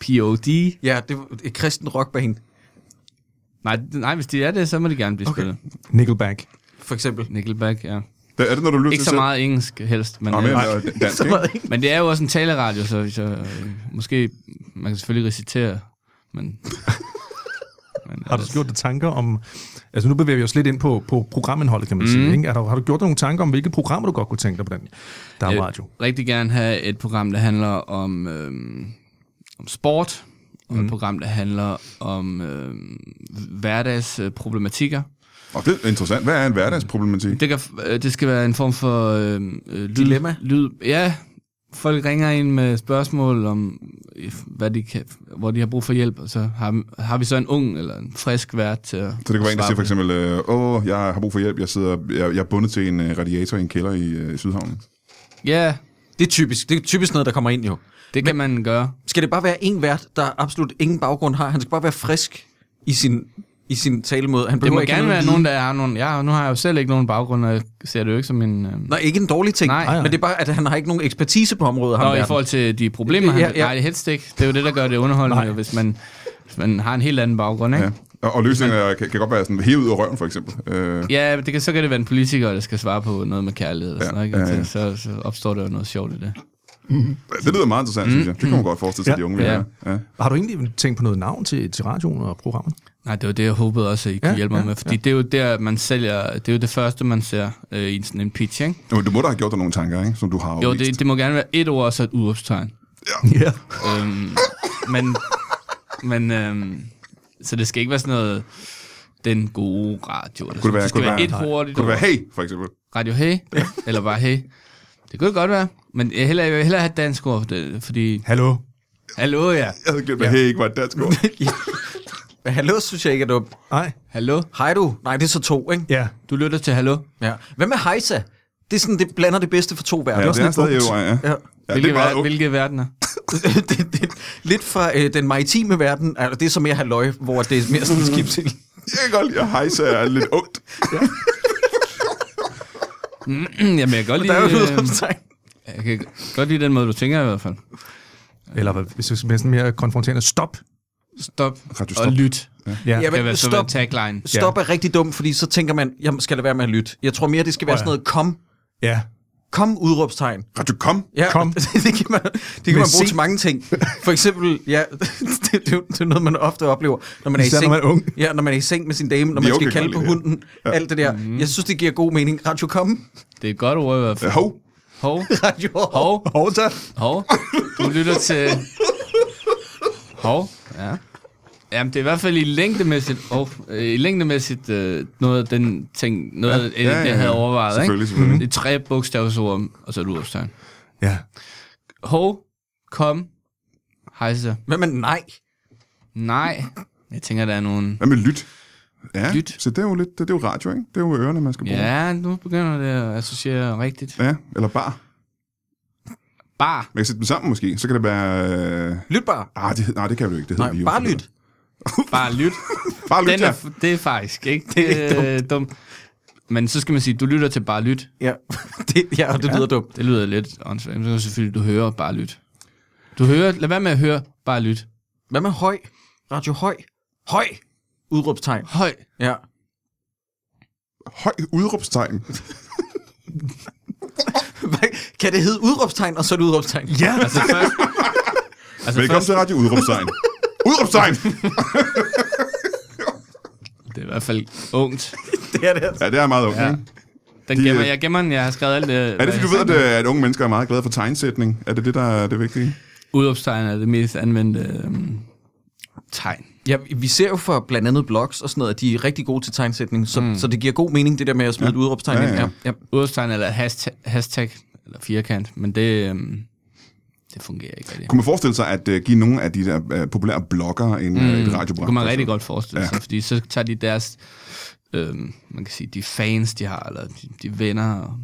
POD?
Ja, det var et kristen rockband,
Nej, d- nej, hvis det er det, så må det gerne blive okay. spillet.
Nickelback.
for eksempel.
Nickelback, ja.
Der, er det, når du lytter
Ikke
til
så
selv?
meget engelsk helst, men,
Nå, men,
øh,
øh, dansk, ikke?
men det er jo også en taleradio, så, så øh, måske... Man kan selvfølgelig recitere, men... men
Har du så gjort dig tanker om... Altså nu bevæger vi os lidt ind på, på programindholdet, kan man mm. sige. Ikke? Er der, har du gjort dig nogle tanker om, hvilke programmer du godt kunne tænke dig på den der er radio?
rigtig gerne have et program, der handler om, øh, om sport, og
Mhm.
et program, der handler om øh, hverdagsproblematikker.
Og det er interessant. Hvad er en hverdagsproblematik?
Det, kan, øh, det skal være en form for... Øh, øh, lyd,
Dilemma?
Lyd, ja, folk ringer ind med spørgsmål om, øh, hvad de kan, hvor de har brug for hjælp, og så har, har vi så en ung eller en frisk vært til at
Så det kan være en, der
svare
siger
på
for eksempel, øh, åh, jeg har brug for hjælp, jeg, sidder, jeg, jeg er bundet til en øh, radiator i en kælder i øh, Sydhavnen.
Ja,
Det er typisk. Det er typisk noget, der kommer ind jo.
det kan man gøre.
Skal det bare være en vært, der absolut ingen baggrund har? Han skal bare være frisk i sin, i sin talemåde. Han
Det
behøver
må
ikke have
gerne være
viden.
nogen, der har nogen... Ja, nu har jeg jo selv ikke nogen baggrund, og jeg ser det jo ikke som en... Øh,
Nej, ikke en dårlig ting.
Nej.
Nej, men det er bare, at han har ikke nogen ekspertise på området. ham
Nå, i
værten.
forhold til de problemer, han,
Ja,
ja, ja.
ja.
nej, det er helst ikke. Det er jo det, der gør det underholdende, hvis man, hvis man har en helt anden baggrund, ikke?
Ja. Og, og løsningen er, kan, kan godt være sådan hævet ud af røven, for eksempel. Øh,
Ja, ja det kan, så kan det være en politiker, der skal svare på noget med kærlighed og sådan noget, ikke?
ja, ja.
Og Så, så opstår der jo noget sjovt i det.
det lyder meget interessant, synes jeg. Det kan man godt forestille sig, ja.
Ja.
de unge vil
Mm. Ja.
ja. ja.
Har du egentlig tænkt på noget navn til, til radioen og programmet?
Nej, det var det, jeg håbede også, at I kunne ja,
Ja,
hjælpe mig
ja,
med, fordi ja. det er jo der, man sælger, det er jo det første, man ser øh, i sådan en pitch, ikke?
Jo, men du må da have gjort dig nogle tanker, ikke? som du har
Jo,
vist.
det, det må gerne være et ord og så et udråbstegn.
Ja.
Øhm, men, men øhm, så det skal ikke være sådan noget, den gode radio. Eller
Kunne det være-
sådan. skal
kunne det
være,
være-
et hurtigt
Kunne det
ord.
være hey, for eksempel?
Radio Hey, eller bare Hey. Det kunne det godt være, men jeg, heller, jeg vil hellere have et dansk ord, det- fordi...
Hallo?
Hallo, ja.
Jeg havde glemt, at hey ikke var et dansk ord.
Hallo, synes jeg ikke er dumt.
Nej.
Hallo?
Hej du. Nej, det er så to, ikke?
Ja.
Du lytter til Hallo?
Ja. Hvad med hejsa? Det er sådan, det blander det bedste for to verdener.
Ja, det er
lidt
stadig jo, ja. ja.
Ja.
Ja, det er meget
ver-
ungt.
hvilke verdener?
det, det, det, lidt fra øh, den maritime verden, altså, det er så mere halløj, hvor det er mere sådan skibsild.
Jeg kan godt lide, at hejse er lidt ungt.
Jamen, jeg kan godt
Der
lide,
er jo et
øh,
udråbstegn.
jeg kan godt lide den måde, du tænker i hvert fald.
Eller hvad, hvis det er sådan mere konfronterende, stop.
Stop,
Radio
og
stop.
lyt.
Ja.
Ja,
ja.
Det
men
vil så være
stop,
tagline.
stop er rigtig dum, fordi så tænker man, jamen skal det være med at lytte. Jeg tror mere, det skal være
Åh, ja.
sådan noget, kom,
ja.
kom udråbstegn.
Radio, kom.
Ja,
Kom.
det kan man, det kan man bruge
se-
til mange ting. For eksempel, ja, det, det, er jo- det er noget, man ofte oplever, når man er i
Især når
seng.
man er ung.
Ja, når man er i seng med sin dame, når
Vi
man
er
skal
okay,
kalde
godt
på
lige her.
hunden, alt det der.
Mhm.
Jeg synes, det giver god mening. Radio kom,
Det er et godt ord i hvert
Øh,
fald.
Hov.
Hov,
radio
hov,
Hov, så.
hov. Du lytter til... Hov, ja. Jamen, det er i hvert fald i længdemæssigt, oh, i længdemæssigt øh, noget af den ting, noget af
ja,
ja,
ja,
det, jeg havde
ja.
overvejet.
Selvfølgelig,
Ikke?
selvfølgelig.
Det er tre bogstavsord, og så er du opstået.
Ja.
Hov, kom, hejse.
Hvad med nej?
Nej. Jeg tænker, der er nogen...
Hvad med lyt? Ja,
Lyt.
så det er jo lidt, det, det er jo radio, ikke? Det er jo ørerne, man skal bruge.
Ja, nu begynder det at associere rigtigt.
ja eller bar.
Bar.
Man kan sætte dem sammen måske, så kan det være... Øh...
Lyt bare.
Ah, det, hed- nej, det kan vi jo ikke. Det hedder
Nej,
vi jo.
bare lyt.
Bare lyt.
Bare lyt,
Den
ja.
er, f- det er faktisk ikke det er dumt. dumt. Men så skal man sige, du lytter til Bare Lyt.
Ja, det, ja og det ja. lyder dumt.
Det lyder lidt åndssvagt. Men så er det selvfølgelig, du hører Bare Lyt. Du hører, lad være med at høre Bare Lyt.
Hvad med høj? Radio høj? Høj! Udråbstegn.
Høj.
Ja.
Høj udråbstegn.
Hvad- kan det hedde udråbstegn, og så et udråbstegn?
Ja.
Altså først... Altså
Velkommen
først,
til Radio Udråbstegn. Udråbstegn!
det er i hvert fald ungt.
Det er det. altså.
Ja, det er meget ungt,
Ja.
ja.
Den
De,
gemmer,
øh,
jeg gemmer den, jeg har skrevet alt det.
Er det, fordi du ved, at, øh, at unge mennesker er meget glade for tegnsætning? Er det det, der er det vigtige?
Udopstegn er det mest anvendte øhm, tegn.
Ja, vi ser jo for blandt andet blogs og sådan noget, at de er rigtig gode til tegnsætning, så, mm. så det giver god mening, det der med at smide ja. et udråbstegn
Ja,
ind.
ja.
Ja, ja.
Udopstegn eller hashtag, hashtag eller firkant, men det, øhm, det fungerer ikke rigtig.
Kunne man forestille sig at øh, give nogle af de der øh, populære bloggere en, mm. et radioprogram?
Det kunne man rigtig
Altså,
godt forestille sig, ja. fordi så tager de deres, øh, man kan sige, de fans, de har, eller de, de venner, og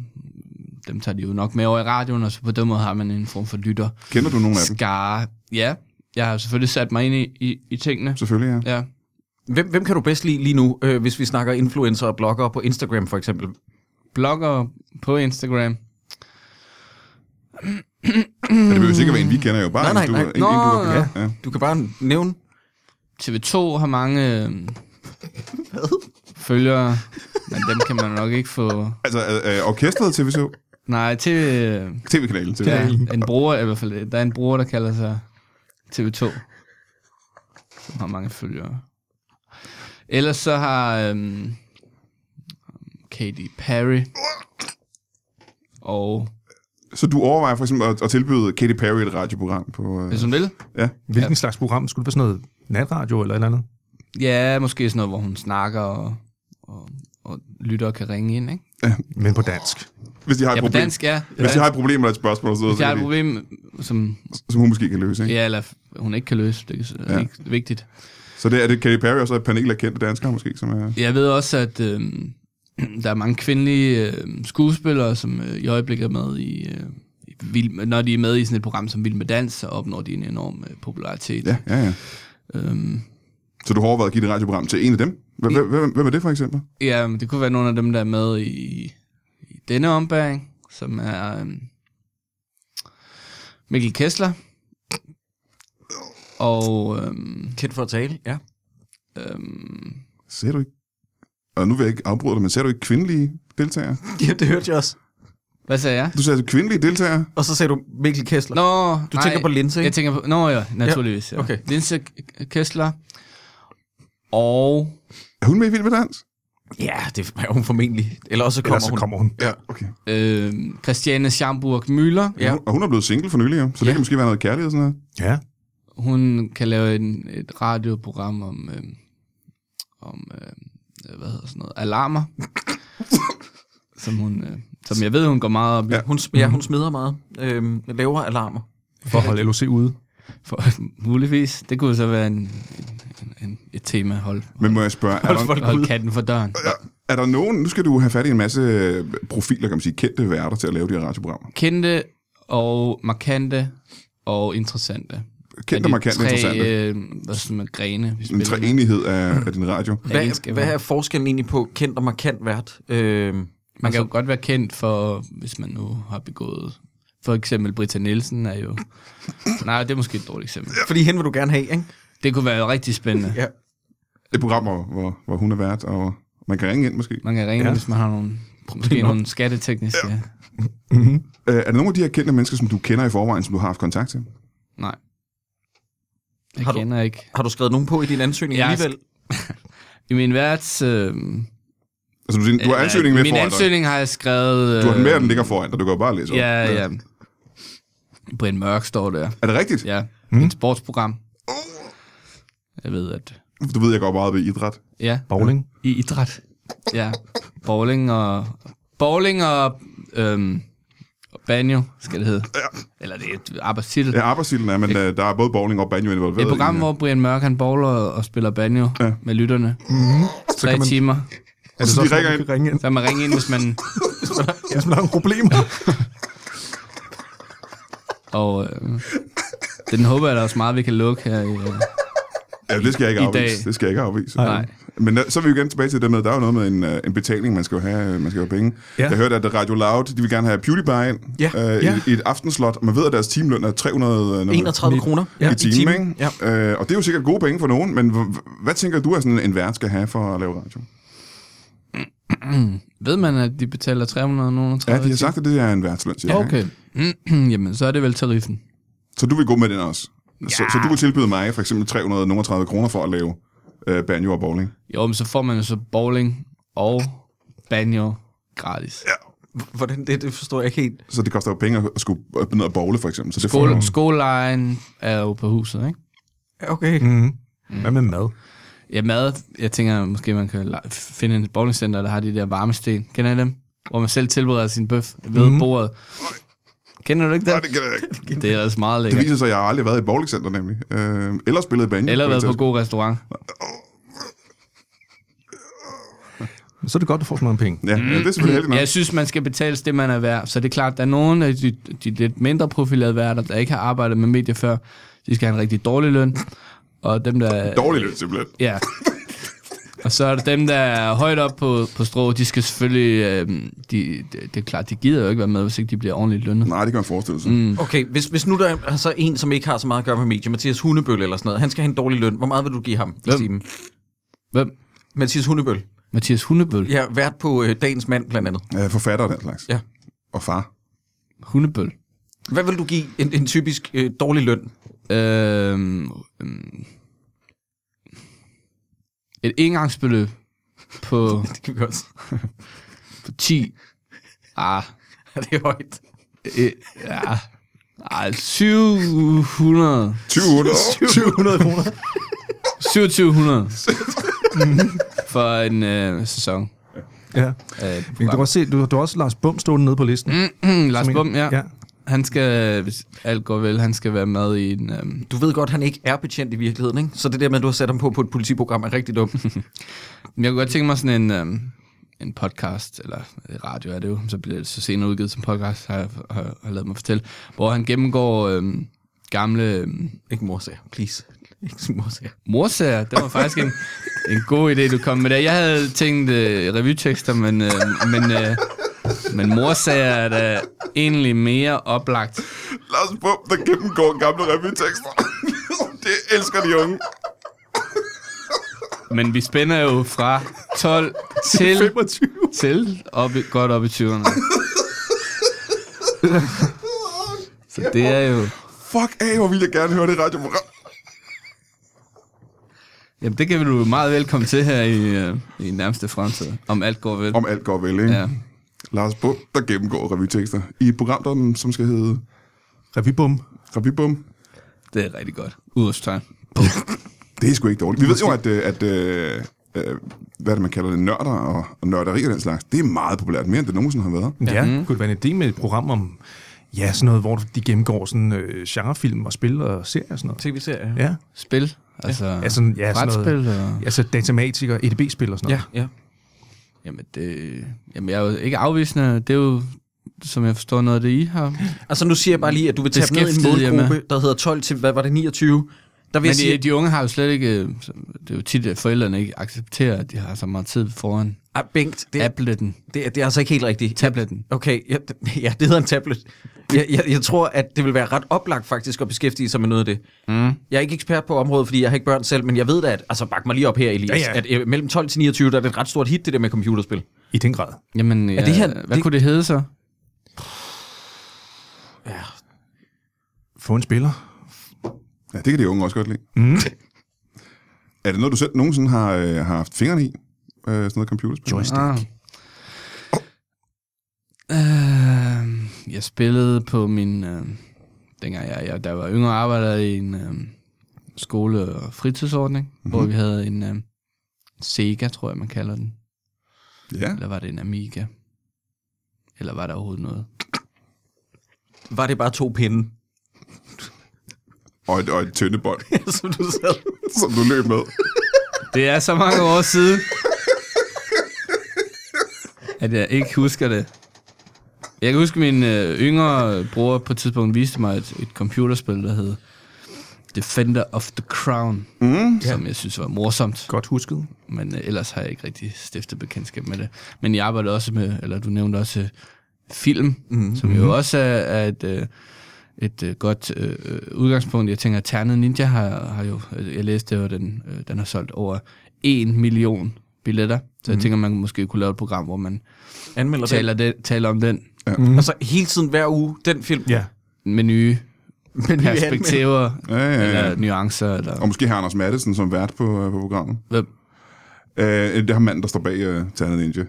dem tager de jo nok med over i radioen, og så på den måde har man en form for lytter.
Altså, Kender du nogle af dem?
Skare, ja. Jeg har selvfølgelig sat mig ind i, i, i tingene.
Selvfølgelig, ja.
Ja.
Hvem, hvem kan du bedst lide lige nu, øh, hvis vi snakker influencer og bloggere på Instagram for eksempel?
Blogger på Instagram.
Men det behøver sikkert være en, vi kender jo bare.
Nej, nej,
en, du,
nej.
En, en, du
Nå,
har kendt. ja.
Du kan bare nævne.
TV2 har mange øh, følgere, men dem kan man nok ikke få...
Altså, øh, øh, orkestret TV,
Nej, øhm, TV...
TV-kanalen. TV.
Ja, en bruger, i hvert fald, der er en bruger, der kalder sig TV2, som har mange følgere. Ellers så har øhm, Katy Perry og,
Så du overvejer for eksempel at, at tilbyde Katy Perry et radioprogram på... Øh,
hvis hun vil,
ja.
Hvilken slags program? Skulle det være sådan noget natradio eller et eller andet?
ja, måske sådan noget, hvor hun snakker og, og, og lyttere kan ringe ind, ikke?
Men på dansk.
Hvis de har et
Ja, på
problem.
dansk, ja.
Hvis de har et problem eller et spørgsmål, så,
Hvis
så
jeg har
kan
et
de,
problem, som
som hun måske kan løse. Ikke?
ja, eller hun ikke kan løse, det er
Ja.
ja. ikke vigtigt.
Så det er det Katy Perry og så et panel af kendte danskere måske, som er...
Jeg ved også, at øh, der er mange kvindelige øh, skuespillere, som øh, i øjeblikket er med i... Øh, i Vild, når de er med i sådan et program som Vild med Dans, så opnår de en enorm øh, popularitet.
Ja, ja, ja.
Øhm,
Så du har overvejet at give et radioprogram til en af dem? Hvem, hvem, hvem, hvem er det for eksempel?
ja, men det kunne være nogle af dem, der er med i, i denne ombæring, som er øh, Mikkel Kessler og øh,
Kendt for at tale, ja.
øh,
Ser du ikke... Og nu vil jeg ikke afbryde dig, men ser du ikke kvindelige deltagere?
Ja, det hørte jeg også.
hvad sagde jeg?
Du ser altså kvindelige deltagere?
Og så sagde du Mikkel Kessler. Nå.
Nå,
Du tænker på Linse, ikke?
Jeg tænker på... Nå ja, naturligvis. Ja.
okay.
Linse K- Kessler. Og...
Er hun med i Vild med Dans?
Ja, det er hun formentlig. Eller også kommer
Ellers så
hun.
kommer hun.
Ja, okay.
Øh, Christiane Schamburg Müller.
Ja.
Ja.
Hun, og hun er blevet single for nylig, jo. så ja. det
Ja.
kan måske være noget kærlighed og sådan noget.
Ja.
Hun kan lave en, et radioprogram om... Øh, om øh, hvad hedder sådan noget? Alarmer. som hun... Øh, som jeg ved, hun går meget op i.
Ja. Mm.
Ja.
Hun, sm- ja, hun smider meget. Øhm, laver alarmer.
For at holde LOC ude.
For, muligvis. Det kunne så være en, en, en en, et tema. Hold,
Men må jeg spørge, er der,
hold, hold katten for døren.
er der nogen... Nu skal du have fat i en masse øh, profiler, kan man sige, kendte værter til at lave de her radioprogrammer.
Kendte og markante og interessante.
Kendte, markante,
tre,
interessante.
Øh, hvad sådan med grene, vi
En
spiller. med.
treenighed af, af din radio.
Hvad,
Egenskaber.
hvad er forskellen egentlig på kendt og markant vært? Øh,
Man
altså-
kan jo godt være kendt for, hvis man nu har begået... For eksempel Britta Nielsen er jo... Nej, det er måske et dårligt eksempel.
fordi hende vil du gerne have, ikke?
Det kunne være rigtig spændende.
Ja.
Et program, hvor, hvor, hvor hun er vært, og man kan ringe ind måske.
Man kan ringe, ja. hvis man har nogle, måske nogle skattetekniske... Ja.
Øh, er der nogle af de her kendte mennesker, som du kender i forvejen, som du har haft kontakt til? Altså,
Nej. Jeg
Har
har
du-
kender ikke.
Har du skrevet nogen på i din ansøgning
Jeg
jeg
har
alligevel?
I min værts... Øh,
Altså, du, siger, du har
eller,
ansøgningen med
Øh, Min
foran dig.
ansøgning har jeg skrevet... Øh,
Du har den med, og den ligger foran dig. Du kan jo bare læse op. Øh,
Ja, ja. Brian Mørk står der.
Er det rigtigt?
Ja,
Hmm?
mm. et sportsprogram.
Uh.
Jeg ved, at...
Du ved, jeg går meget op i idræt.
Ja,
Bowling.
i idræt. Ja, bowling og... Bowling og... Øhm, og banjo, skal det hedde. Ja. Eller det er et arbejdstitel.
Ja, arbejdsilden er, men øh, der er både bowling og banjo involveret.
Et program,
i, øh,
hvor Brian Mørk, han bowler og spiller banjo ja. med lytterne. Mm.
Mm-hmm.
Tre
man-
timer.
Er det
Så de
sådan,
ringer
man
ind?
kan ringe ind,
Så kan man ringe ind, hvis man...
hvis man har nogle problemer?
Og øh, den håber jeg da også meget, vi kan lukke her. i, Øh.
Ja, det skal jeg ikke
i
afvise.
dag.
Det skal jeg ikke afvise.
Nej.
Men øh, så er vi jo igen tilbage til det med, at der er jo noget med en, øh, en betaling, man skal jo have, øh, man skal jo have penge. Ja.
Ja.
Jeg hørte, at Radio Loud, de vil gerne have PewDiePie ind
Ja.
øh,
Ja.
I, i et aftenslot, og man ved, at deres timeløn er 300 øh, noget-
31 kroner
i timen, ikke?
Ja.
Øh, og det er jo sikkert gode penge for nogen, men h- h- hvad tænker du, at sådan en vært skal have for at lave radio?
Ved man, at de betaler 300 nogen
Ja, de har sagt, at det er en værtsløn, siger jeg, ikke?
Okay. Jamen, så er det vel tariffen.
Så du vil gå med den også? Ja. Så, så du vil tilbyde mig for eksempel 330 kroner for at lave øh, banjo og bowling?
Jo, men så får man jo så bowling og banjo gratis. Ja.
Hvordan det, det forstår jeg ikke helt.
Så det koster jo penge at skulle øh, ned og bowle, for eksempel. Så det får
Skole,
jo-
skolelejen er jo på huset, ikke?
Okay.
Mm. Hvad med mad?
Ja, mad. Jeg tænker, måske man kan la- finde en bowlingcenter, der har de der varmesten. Kender I dem? Hvor man selv tilbereder sin bøf ved mm. bordet. Kender du ikke
Nej,
det?
det kan jeg ikke.
Det er altså meget
Det
lækkert.
viser sig, at jeg har aldrig været i et bowlingcenter, nemlig. Øh, eller spillet banjo.
Eller
for
været på
eksempel.
god restaurant.
Så er det godt, du får så mange penge.
Ja, ja, det er selvfølgelig heldigt
Ja,
nok.
Jeg synes, man skal betales det, man er værd. Så det er klart, der er nogle af de, de lidt mindre profilerede værter, der ikke har arbejdet med medier før, de skal have en rigtig dårlig løn. Og dem, der...
Dårlig løn, simpelthen.
Ja. Og så er der dem, der er højt op på, på strå, de skal selvfølgelig... Øh, de, det, det er klart, de gider jo ikke være med, hvis ikke de bliver ordentligt lønnet.
Nej, det kan man forestille sig. Mm.
Okay, hvis, hvis nu der er altså en, som ikke har så meget at gøre med medier, Mathias Hunebøl eller sådan noget, han skal have en dårlig løn. Hvor meget vil du give ham i
Hvem?
timen?
Hvem?
Mathias Hunebøl.
Mathias Hundebøl. Ja.
Ja, vært på øh, Dagens Mand blandt andet.
Øh, forfatter og den slags.
Ja.
Og far.
Hundebøl.
Hvad vil du give en, en typisk øh, dårlig løn?
Øhm, øhm, et engangsbeløb på,
Det kan vi godt se.
på 10... Ah,
Det er højt.
Øh, ja. Ah, Ej, 700.
2000.
700 kroner.
2700. Mhm. For en øh, sæson.
Ja.
Øh, Mm-hmm,
Men Du har, også set, du, du har også Lars Bum stående nede på listen. Mm,
Lars Bum, ja. Han skal, hvis alt går vel, han skal være med i en... Øh,
Du ved godt, han ikke er betjent i virkeligheden, ikke? Så det der med, at du har sat ham på på et politiprogram, er rigtig dumt.
jeg kunne godt tænke mig sådan en, øh, en podcast, eller radio er det jo, så bliver det så senere udgivet som podcast, har jeg har, har lavet mig fortælle, hvor han gennemgår øh, gamle øh,
ikke morsager, please. Ikke morsager.
morsager. Det var faktisk en, en god idé, du kom med der. Jeg havde tænkt øh, revytekster, men, øh, men, øh, men morsager er da egentlig mere oplagt.
Lars Bum, der gennemgår gamle revytekster. det elsker de unge.
Men vi spænder jo fra 12 til,
25.
til op i, godt op i 20'erne. Så det er jo...
Fuck af, hvor vil jeg gerne høre det radioprogram.
Jamen, det kan du meget velkommen til her i, øh, i nærmeste fremtid, om alt går vel.
Om alt går vel, ikke?
Ja.
Lars Bum, der gennemgår revytekster. I et program, der, som skal hedde
Revybum.
Revybum.
Det er rigtig godt. Udrustegn.
Det er sgu ikke dårligt. Vi ved jo, at, øh, at øh, øh, hvad er det, man kalder det, nørder og, og nørderi og den slags, det er meget populært, mere end det nogensinde har været.
Ja, mm. kunne det være en idé med et program om Ja, sådan noget, hvor de gennemgår sådan øh, genrefilm og spil og serier og sådan noget.
TV-serie.
Ja,
Spil. Altså,
ja sådan, ja, sådan noget.
brætspil. Og...
Altså datamatik og EDB-spil og sådan noget.
ja.
Jamen, det, jamen, jeg er jo ikke afvisende. Det er jo, som jeg forstår, noget af det, I har.
Altså nu siger jeg bare lige, at du vil tage dem ned i en
Beskæftiget, Emma.
målgruppe, der hedder 12 til, hvad var det, 29? Der
Men
vil jeg sige,
de, de unge har jo slet ikke... øh, så- Det er jo tit, at forældrene ikke accepterer, at de har så meget tid foran
ah, Bengt, det,
appletten,
det, er- det er altså ikke helt rigtigt.
tabletten.
Okay, ja, d- ja, det hedder en tablet. Jeg, jeg, jeg tror, at det vil være ret oplagt faktisk at beskæftige sig med noget af det. Mm. Jeg er ikke ekspert på området, fordi jeg har ikke børn selv, men jeg ved da, at, altså bak mig lige op her, Elias, ja,
Ja,
ja.
ja.
at øh, mellem 12 til 29, der er det et ret stort hit, det der med computerspil.
I den grad.
Jamen, ja,
det
det
her-
her, hvad
det-
det... kunne det hedde så?
Få en spiller.
Ja, det kan de unge også godt lide. Mm. Er det noget, du selv nogensinde har, øh, har haft fingrene i? Øh, sådan noget computerspil?
Joystick.
Ah. Øh, jeg spillede på min... Øh, dengang jeg, jeg der var yngre arbejder i en øh, skole- og fritidsordning,
Mhm.
mm-hmm. hvor vi havde en øh, Sega, tror jeg, man kalder den.
Ja.
Eller var det en Amiga? Eller var der overhovedet noget?
Var det bare to pinde,
Og et, og et tyndebold,
som du sad?
som du løb med.
Det er så mange år siden, at jeg ikke husker det. Jeg kan huske, at min øh, yngre bror på et tidspunkt viste mig et, et computerspil, der hed Defender of the Crown, mm. som jeg synes var morsomt,
Godt husket.
men øh, ellers har jeg ikke rigtig stiftet bekendtskab med det. Men jeg arbejdede også med, eller du nævnte også øh, film, mm. som jo også er, er et, øh, et øh, godt øh, øh, udgangspunkt. Jeg tænker, at Ternet Ninja har, har jo, øh, jeg læste, at den, øh, den har solgt over 1 million billetter. Så jeg tænker, man måske kunne lave et program, hvor man
Anmelder det.
taler, det, taler om den
Mm. Altså hele tiden, hver uge, den film.
Ja.
med nye
Men vi anmelder-
perspektiver,
Ja, ja, ja.
eller nuancer, eller
Og måske har Anders Madsen som vært på, øh, på programmet.
hvem.
Øh, det er ham manden, der står bag øh, Tannet Ninja.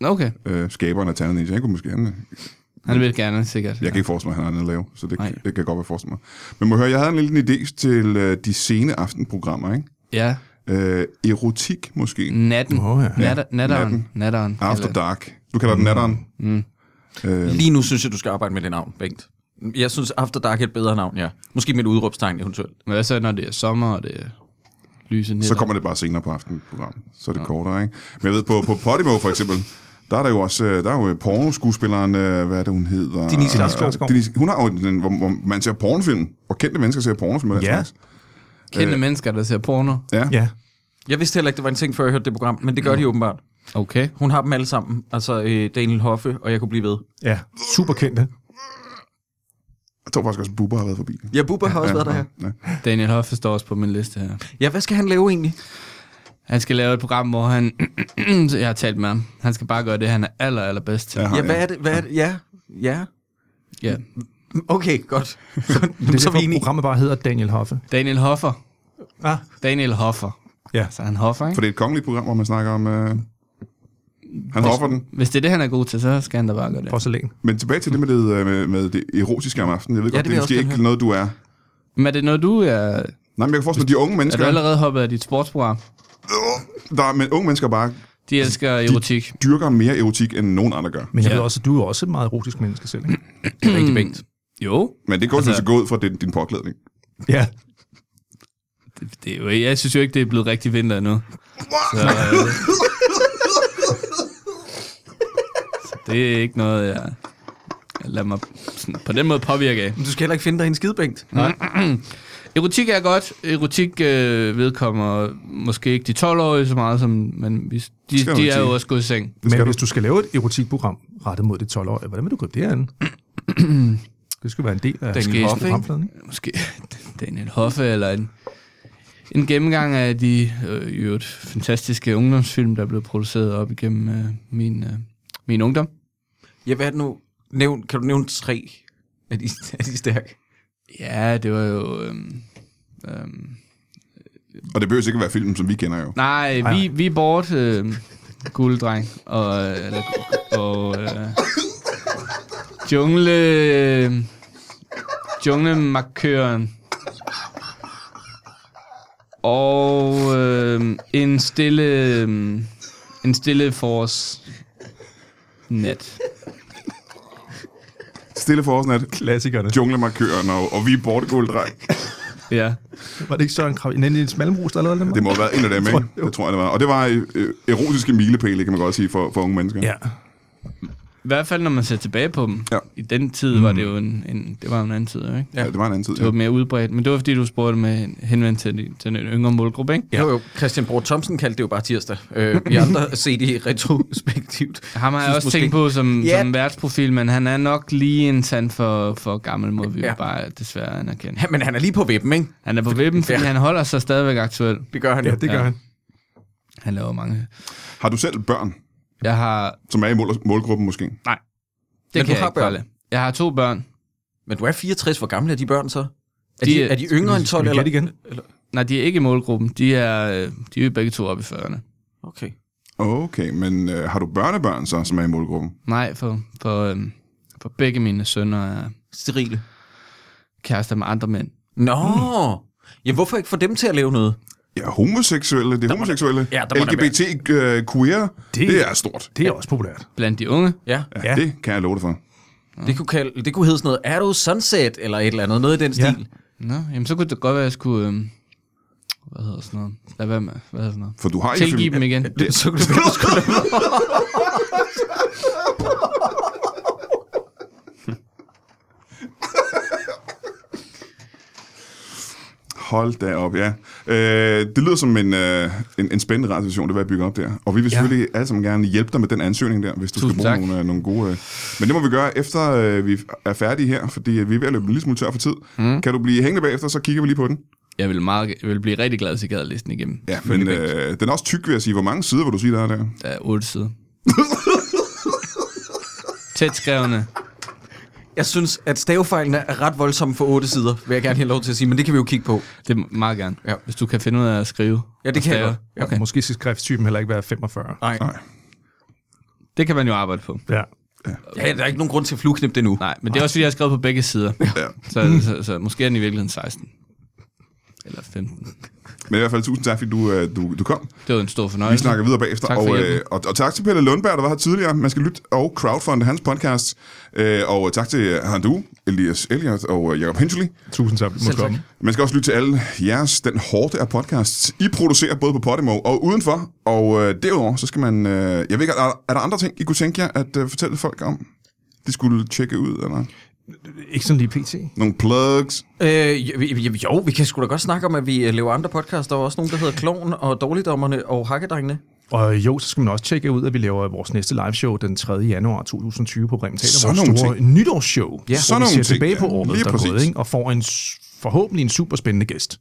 Nå, Okay,
Øh, skaberen af Tannet Ninja. Han kunne måske, han,
han vil gerne sikkert.
jeg kan ikke forestille mig, at han har andet at lave, så det,
Nej.
det kan jeg godt være forestille mig. Men må jeg høre, jeg havde en lille idé til øh, de sene aftenprogrammer, ikke?
Ja,
Øh, erotik måske.
natten.
Åh, ja.
Natter, natteren.
Natten.
Natten. Natteren.
After
Mm. Eller-
Dark. Du kalder den natteren.
Mm.
Øh,
Lige nu synes jeg, du skal arbejde med det navn, Bengt. Jeg synes, After Dark er et bedre navn, ja. Måske med et udråbstegn eventuelt.
Men hvad så, når det er sommer, og det er lyse nætter?
så kommer det bare senere på aftenen program. Så er det kortere, ikke? Men jeg ved, på, på Podimo for eksempel, der er der jo også, øh, der er jo pornoskuespilleren, øh, hvad er det, hun hedder?
Denise
Klarskov.
Denise, hun har jo den, hvor, hvor, man ser pornofilm, og kendte mennesker ser pornofilm. og den
Ja.
slags.
Kendte mennesker, der ser porno.
ja.
Ja.
Jeg vidste heller ikke, det var en ting, før jeg hørte det program, men det gør de åbenbart.
Okay.
Hun har dem alle sammen. Altså øh, Daniel Hoffe, og jeg kunne blive ved.
Ja. Super kendte.
Jeg tror faktisk også, at Bubber har været forbi.
Ja, Bubba har også været der her.
Daniel Hoffe står også på min liste her.
Ja, hvad skal han lave egentlig?
Han skal lave et program, hvor han... jeg har talt med ham. Han skal bare gøre det, han er aller, aller bedst til.
Aha,
Ja, hvad er det? Hvad er det? Ja, ja.
Ja.
Okay, godt. Godt.
Det
Jamen,
er
så er vi
derfor,
enige.
programmet bare hedder Daniel Hoffe.
Daniel Hoffer.
Ah.
Daniel Hoffer.
Ja.
Så han hoffer,
For
ikke?
det er et kongeligt program, hvor man snakker om... Øh, han hopper den.
Hvis det er det, han er god til, så skal han da bare gøre det.
Porcelæn.
Men tilbage til det med det, øh, med, med det erotiske om aftenen. Jeg ved
Ja,
ja, godt,
det
det,
vil
er
jeg
måske
også
ikke
gerne
noget, du er.
Men er det noget, du er...
Nej, men jeg kan forestille mig, de unge
Er
mennesker,
du allerede hoppet af dit sportsprogram?
der, er- men unge mennesker bare
De elsker erotik.
dyrker mere erotik, end nogen andre gør.
Men jeg
Ja.
ved også, at du er også et meget erotisk menneske selv, ikke?
Det er rigtig Bengt.
Jo.
Men det går altså,
Altså-
så gå ud fra din, din påklædning.
Ja.
Det, det er jo, jeg synes jo ikke, det er blevet rigtig vinter endnu. Så, øh, så det er ikke noget, jeg, jeg lader mig sådan, på den måde påvirke af.
Men Du skal heller ikke finde dig i en skide, Bengt.
Erotik er godt. Erotik øh, vedkommer måske ikke de 12-årige så meget, som, men vi, de,
Skal man
de er
sige.
jo også gået i seng.
Men
skal
hvis du skal lave et erotikprogram rettet mod det 12-årige, hvordan vil du gribe det an? Det skal være en del af
Daniel Hoffe, ikke?
programfladen, ikke?
Måske Daniel Hoffe eller en, en gennemgang af de øh, i øvrigt fantastiske ungdomsfilm, der blev produceret op igennem øh, min, øh, min ungdom.
Ja, hvad er det nu? Nævn, kan du nævne tre? Er de, er de stærke?
Ja, det var jo... Øhm, øhm,
Og det behøver ikke at være filmen, som vi kender jo.
nej,
nej.
vi, vi er bort, øh, gulddreng, og, øh, eller, og øh, jungle... Øh, junglemarkøren. Og øh, en stille... Øh, en stille forårs nat.
Stille forårsnat,
Klassikerne.
junglemarkøren og, og vi er bortegulddreng.
Ja.
Var det ikke Søren Krav? Nej, Niels Malmros, der lavede dem?
Det må have været en af dem, ikke? Det tror jeg, det var. Og det var øh, erotiske milepæle, kan man godt sige, for, for unge mennesker.
Ja.
I hvert fald, når man ser tilbage på dem.
Ja.
I den tid mm. var det jo en, en, det var jo en anden tid, jo, ikke?
ja. det var en anden tid.
Det var mere udbredt, men det var fordi, du spurgte med henvendt til, de- til en yngre målgruppe, ikke?
Ja.
Ja. Jo, jo. Christian Bror Thomsen kaldte det jo bare tirsdag. Øh, vi andre set i retrospektivt.
Ham har jeg
Synes
også
måske
tænkt på som,
Ja.
som værtsprofil, men han er nok lige en sand for, for gammel, må vi
Ja.
jo bare desværre anerkende.
Ja, men han er lige på vippen, ikke?
Han er på vippen, fordi
Ja.
han holder sig stadigvæk aktuel.
Det gør han
ja,
jo.
det gør
Ja.
han.
Han laver mange.
Har du selv børn,
Jeg har...
som er i mål- målgruppen måske?
Det
Men
kan
du
jeg
har
ikke
børn?
holde. Jeg har to børn.
Men du er 64. Hvor gamle er de børn så? Er
De
de,
er-
er de yngre end
Skal
12?
vi
Eller?
gætte igen?
Nej, de er ikke i målgruppen. De er, øh, de er jo begge to oppe i 40'erne.
Okay.
Okay, men øh, har du børnebørn så, som er i målgruppen?
Nej, for, for, øhm, for begge mine sønner er
Sterile.
kærester med andre mænd.
Nå! Jamen, hvorfor ikke få dem til at lave noget?
Ja, homoseksuelle, det er homoseksuelle.
ja, der må der
LGBT øh, queer, det, det er stort.
Det er også populært.
Blandt de unge.
Ja.
Ja, ja.
Ja.
Det kan jeg love dig for.
Mm. Det kunne, kalde, det kunne hedde sådan noget Arrow Sunset, eller et eller andet, noget i den
Ja.
stil.
Nå, jamen så kunne det godt være, at jeg skulle... Øhm, hvad hedder sådan noget? Lad være med. Hvad hedder sådan noget?
For du har
Tilgive dem igen.
Det,
Så kunne det være, sgu da-
hold da op, ja. Øh, det lyder som en, øh, en, en spændende radiostation, det var jeg bygger op der. Og vi vil selvfølgelig alle sammen gerne hjælpe dig med den ansøgning der, hvis du
Tusind
skal bruge
tak.
nogle, øh, nogle gode... Øh. Men det må vi gøre, efter øh, vi er færdige her, fordi øh, vi er ved at løbe en lille smule tør for tid. Mm. Kan du blive hængende bagefter, så kigger vi lige på den.
Jeg ville, meget, jeg ville blive rigtig glad, hvis jeg gad listen igennem.
Ja, men øh, den er også tyk, vil jeg sige. Hvor mange sider vil du sige, der er der?
Der er otte sider. Tæt skrevne.
Jeg synes, at stavefejlene er ret voldsomme for otte sider, vil jeg gerne have lov til at sige, men det kan vi jo kigge på.
Det må meget gerne.
Ja.
Hvis du kan finde ud af at skrive.
Ja, det
og
kan jeg
stave.
godt. Ja.
Okay.
Måske skal skriftstypen heller ikke være 45.
Nej.
Nej.
Det kan man jo arbejde på.
Ja.
Ja, der er ikke nogen grund til at flueknippe det nu.
Nej, men det er også fordi, jeg har skrevet på begge sider.
Ja.
Så, så, så, så måske er den i virkeligheden 16. Eller 15.
Men i hvert fald tusind tak, fordi du, øh, du, du kom.
Det var en stor
Vi
fornøjelse.
snakker videre bagefter.
Tak for
og, øh,
hjælpen.
og, og tak til Pelle Lundberg, der var her tidligere. Man skal lytte og crowdfunde hans podcast. Øh, og tak til Handu, Elias Elliot og øh, Jacob Hensley.
Tusind tak, fordi du måtte
tak.
komme.
Man skal også lytte til alle jeres, den hårde af podcasts, I producerer både på Podimo og udenfor. Og øh, derudover, så skal man... Øh, jeg ved ikke, er der, er der andre ting, I kunne tænke jer at øh, fortælle folk om? De skulle tjekke ud, eller
Ikke sådan lige pt.
nogle plugs.
Øh, jo, jo, jo, vi kan sgu da godt snakke om, at vi øh, laver andre podcasts. Der er også nogen, der hedder Kloven og Dårligdommerne og Hakkedrengene.
Og jo, så skal man også tjekke ud, at vi laver vores næste liveshow den 3. januar 2020 på Bremen Teater.
Sådan
Vores
nogle
store nytårsshow, ja,
Sådan
hvor
nogle
vi ser
ting,
tilbage på
ja.
året,
Lige
der er gået,
præcis.
ikke? og får en s- forhåbentlig en super spændende gæst.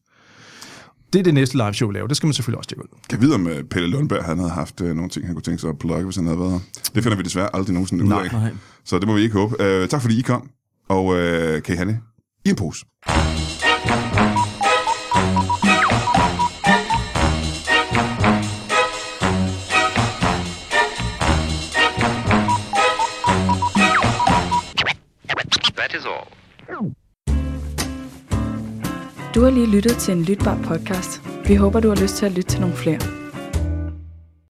Det er det næste liveshow, vi laver. Det skal man selvfølgelig også tjekke ud.
Kan jeg vide, om øh, Pelle Lundberg han havde haft øh, nogle ting, han kunne tænke sig at plugge, hvis han havde været her. Det finder vi desværre aldrig nogensinde ud af.
nej.
Så det må vi ikke håbe. Øh, tak fordi I kom, og øh, kan I have det i en pose.
That is all.
Du har lige lyttet til en lytbar podcast. Vi håber, du har lyst til at lytte til nogle flere.